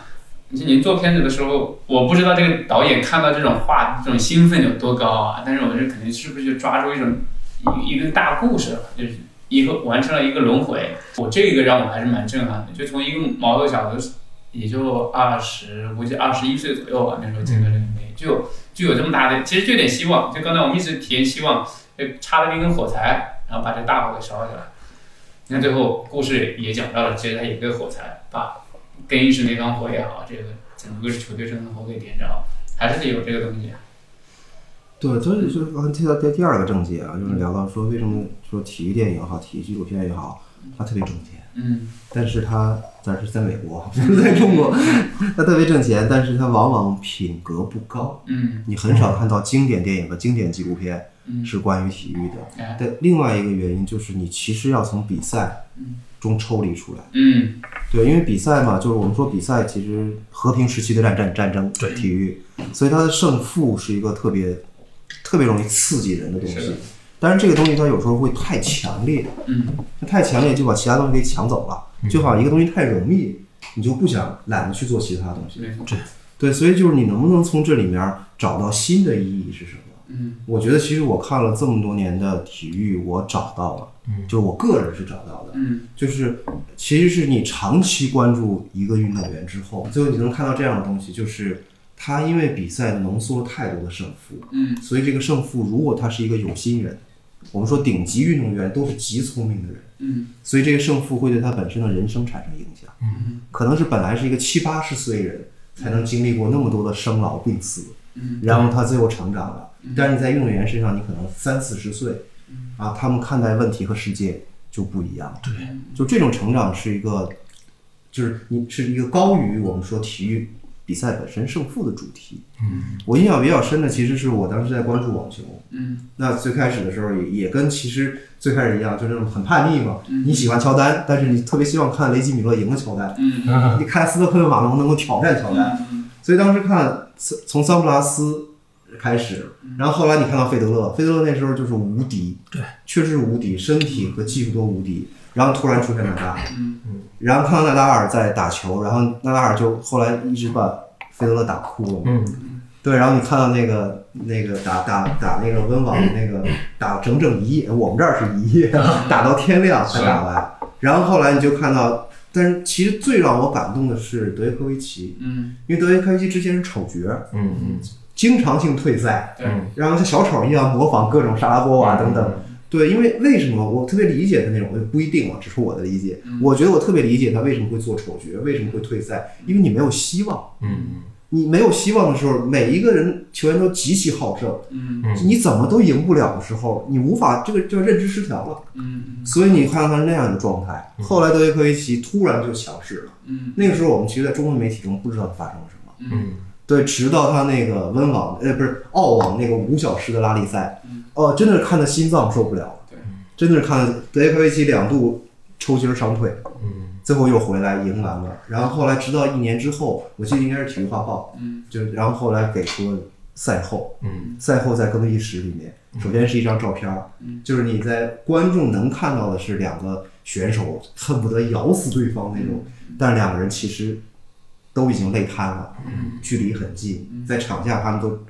B: 就您做片子的时候，我不知道这个导演看到这种话，这种兴奋有多高啊！但是我这肯定是不是就抓住一种一一个大故事了，就是一个完成了一个轮回。我这个让我还是蛮震撼的，就从一个毛头小子，也就二十，估计二十一岁左右啊吧，那时候进了这个媒，就有就有这么大的，其实就有点希望。就刚才我们一直体验希望。就插了一根火柴，然后把这大火给烧起来。你看最后故事也讲到了，其实他也被火柴把更衣室那团火也好，这个整个球队这团火给点着了，还是得有这个东西。
H: 对，所以就是刚才提到第第二个症结啊，就是聊到说为什么说体育电影也好，体育纪录片也好，它特别挣钱，
B: 嗯
H: 但是它咱是在美国， *laughs* 不是在中国，它特别挣钱，但是它往往品格不高。
B: 嗯
H: 你很少看到经典电影和经典纪录片
B: 嗯，
H: 是关于体育的。
B: 哎，
H: 但另外一个原因就是，你其实要从比赛中抽离出来。
B: 嗯
H: 对，因为比赛嘛，就是我们说比赛其实和平时期的战战战争，
I: 对
H: 体育，所以它的胜负是一个特别特别容易刺激人的东
B: 是
H: 西
B: 的。
H: 但是这个东西它有时候会太强烈，
B: 嗯
H: 太强烈就把其他东西给抢走了，就好像一个东西太容易，你就不想懒得去做其他东西。
B: 没错，
H: 对，所以就是你能不能从这里面找到新的意义是什么？
B: 嗯
H: 我觉得其实我看了这么多年的体育，我找到了，
I: 嗯
H: 就是我个人是找到的，
B: 嗯
H: 就是其实是你长期关注一个运动员之后，最后你能看到这样的东西，就是他因为比赛浓缩了太多的胜负，
B: 嗯
H: 所以这个胜负如果他是一个有心人，我们说顶级运动员都是极聪明的人，
B: 嗯
H: 所以这个胜负会对他本身的人生产生影响。
B: 嗯，
H: 可能是本来是一个七八十岁人才能经历过那么多的生老病死，
B: 嗯
H: 然后他最后成长了
B: 嗯。
H: 但是在运动员身上，你可能三四十岁，啊，他们看待问题和世界就不一样。
I: 对，
H: 就这种成长是一个，就是你是一个高于我们说体育比赛本身胜负的主题。
I: 嗯，
H: 我印象比较深的其实是我当时在关注网球，
B: 嗯
H: 那最开始的时候也也跟其实最开始一样，就那种很叛逆嘛。
B: 嗯
H: 你喜欢乔丹，但是你特别希望看雷吉米勒赢了乔丹，
B: 嗯
H: 你看斯特克马龙能够挑战乔丹。
B: 嗯
H: 所以当时看从从桑普拉斯开始，
B: 嗯
H: 然后后来你看到费德勒，费德勒那时候就是无敌，
I: 对，
H: 确实无敌，身体和技术都无敌。然后突然出现纳达尔，
B: 嗯
H: 然后看到纳达尔在打球，然后纳达尔就后来一直把费德勒打哭了嘛。
I: 嗯，
H: 对，然后你看到那个那个打打打那个温网那个打整整一夜，我们这儿是一夜，打到天亮才打完。然后后来你就看到，但是其实最让我感动的是德约科维奇，
B: 嗯，
H: 因为德约科维奇之前是丑角，
I: 嗯
H: 经常性退赛，
B: 对，嗯
H: 然后像小丑一样模仿各种莎拉波娃等等。对，因为为什么我特别理解他那种，不一定啊，只是我的理解。
B: 嗯
H: 我觉得我特别理解他为什么会做丑角，为什么会退赛，
B: 嗯
H: 因为你没有希望。
I: 嗯
H: 你没有希望的时候，每一个人球员都极其好胜，
B: 嗯
I: 嗯
H: 你怎么都赢不了的时候，你无法这个就是认知失调了，
B: 嗯
H: 所以你看到他是那样的状态。后来德约科维奇突然就强势了，
B: 嗯
H: 那个时候我们其实，在中文媒体中不知道发生了什么。
B: 嗯
H: 对，直到他那个温网，呃，不是澳网那个五小时的拉力赛
B: 嗯，
H: 哦、真的是看的心脏受不了了
B: 对，
H: 真的是看得德约科维奇两度抽筋儿伤退，
I: 嗯
H: 最后又回来赢完了。然后后来直到一年之后，我记得应该是《体育画报》，
B: 嗯
H: 就然后后来给出了赛后，
I: 嗯
H: 赛后在更衣室里面，首先是一张照片儿，
B: 嗯
H: 就是你在观众能看到的是两个选手恨不得咬死对方那种，
B: 嗯
H: 但两个人其实都已经累瘫了，
B: 嗯
H: 距离很近，在场下他们都，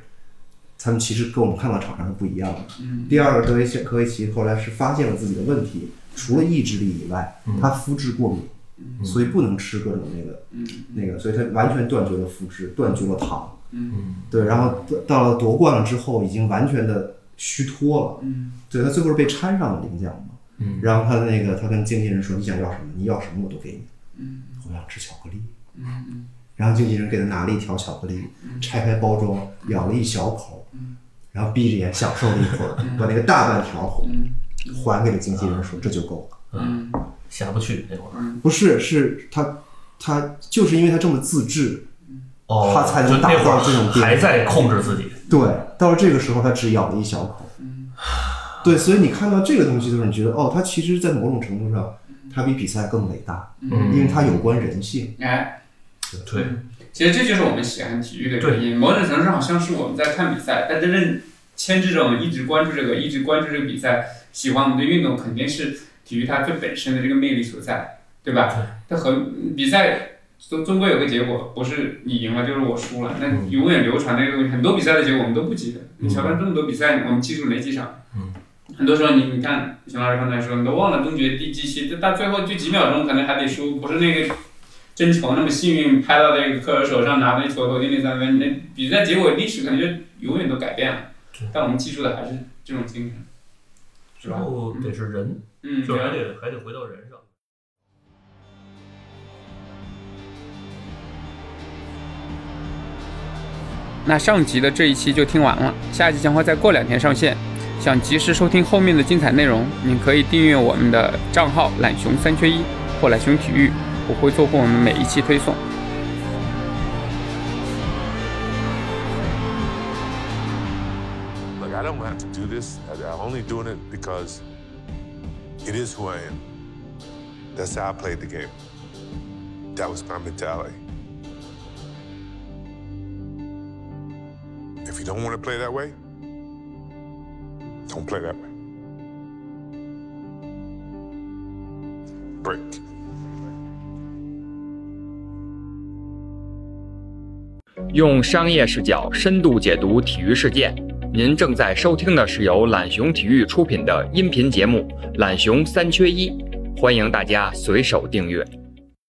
H: 他们其实跟我们看到场上是不一样的。
B: 嗯
H: 第二个，德维切科维奇后来是发现了自己的问题，除了意志力以外，他肤质过敏，所以不能吃各种那个
B: 嗯
H: 那个，所以他完全断绝了肤质，断绝了糖。
B: 嗯
H: 对，然后到了夺冠了之后，已经完全的虚脱了。
B: 嗯
H: 对他最后是被掺上了领奖嘛。
I: 嗯
H: 然后他的那个，他跟经纪人说：“你想要什么？你要什么我都给你。”
B: 嗯，
H: 我想吃巧克力。
B: 嗯
H: 然后经纪人给他拿了一条巧克力，拆开包装，
B: 嗯
H: *laughs* 咬了一小口，然后闭着眼享受了一会儿，把那个大半条
B: 嗯
H: 还给了经纪人说这就够了。
B: 嗯
I: 下不去那会儿。
H: 不是，是他他就是因为他这么自制，
I: 哦，
H: 他才能
I: 就那会
H: 打造这种
I: 儿
H: 电影
I: 还在控制自己。
H: 对，到了这个时候，他只咬了一小口。
B: 嗯
H: 对，所以你看到这个东西的时候，你觉得哦，他其实，在某种程度上，他比比赛更伟大，
I: 嗯，
H: 因为他有嗯关人性。
B: 哎，
I: 对，
B: 其实这就是我们喜欢体育的原因。某种程度上，好像是我们在看比赛，但真正牵制着我们一直关注这个，一直关注这个比赛，喜欢我们的运动，肯定是体育它最本身的这个魅力所在，对吧？它和比赛。终终归有个结果，不是你赢了就是我输了，那
I: 嗯
B: 永远流传那个东西。很多比赛的结果我们都不记得。你瞧看这么多比赛，我们记住哪几场？
I: 嗯
B: 很多时候你你看熊老师刚才说，你都忘了东决第几期，但但最后就几秒钟可能还得输，不是那个真球那么幸运拍到那个科尔手上拿那球投进那三分，那比赛结果历史可能就永远都改变了
I: 对。
B: 但我们记住的还是这种精神，是
I: 然
B: 吧？
I: 后得是人，
B: 嗯，
I: 就还
B: 了解。
I: 得还得回到人上。
B: 那上集的这一期就听完了，下集将会再过两天上线。想及时收听后面的精彩内容，您可以订阅我们的账号“懒熊三缺一”或“懒熊体育”，我会做过我们每一期推送。
E: Like, I don't have to do this. I- I'm only doing it because it is who I am. That's how I played the game. That was my mentality. If you don't want to play that way, don't play that way. Break.
A: 用商业视角深度解读体育事件。您正在收听的是由懒熊体育出品的音频节目《懒熊三缺一》，欢迎大家随手订阅。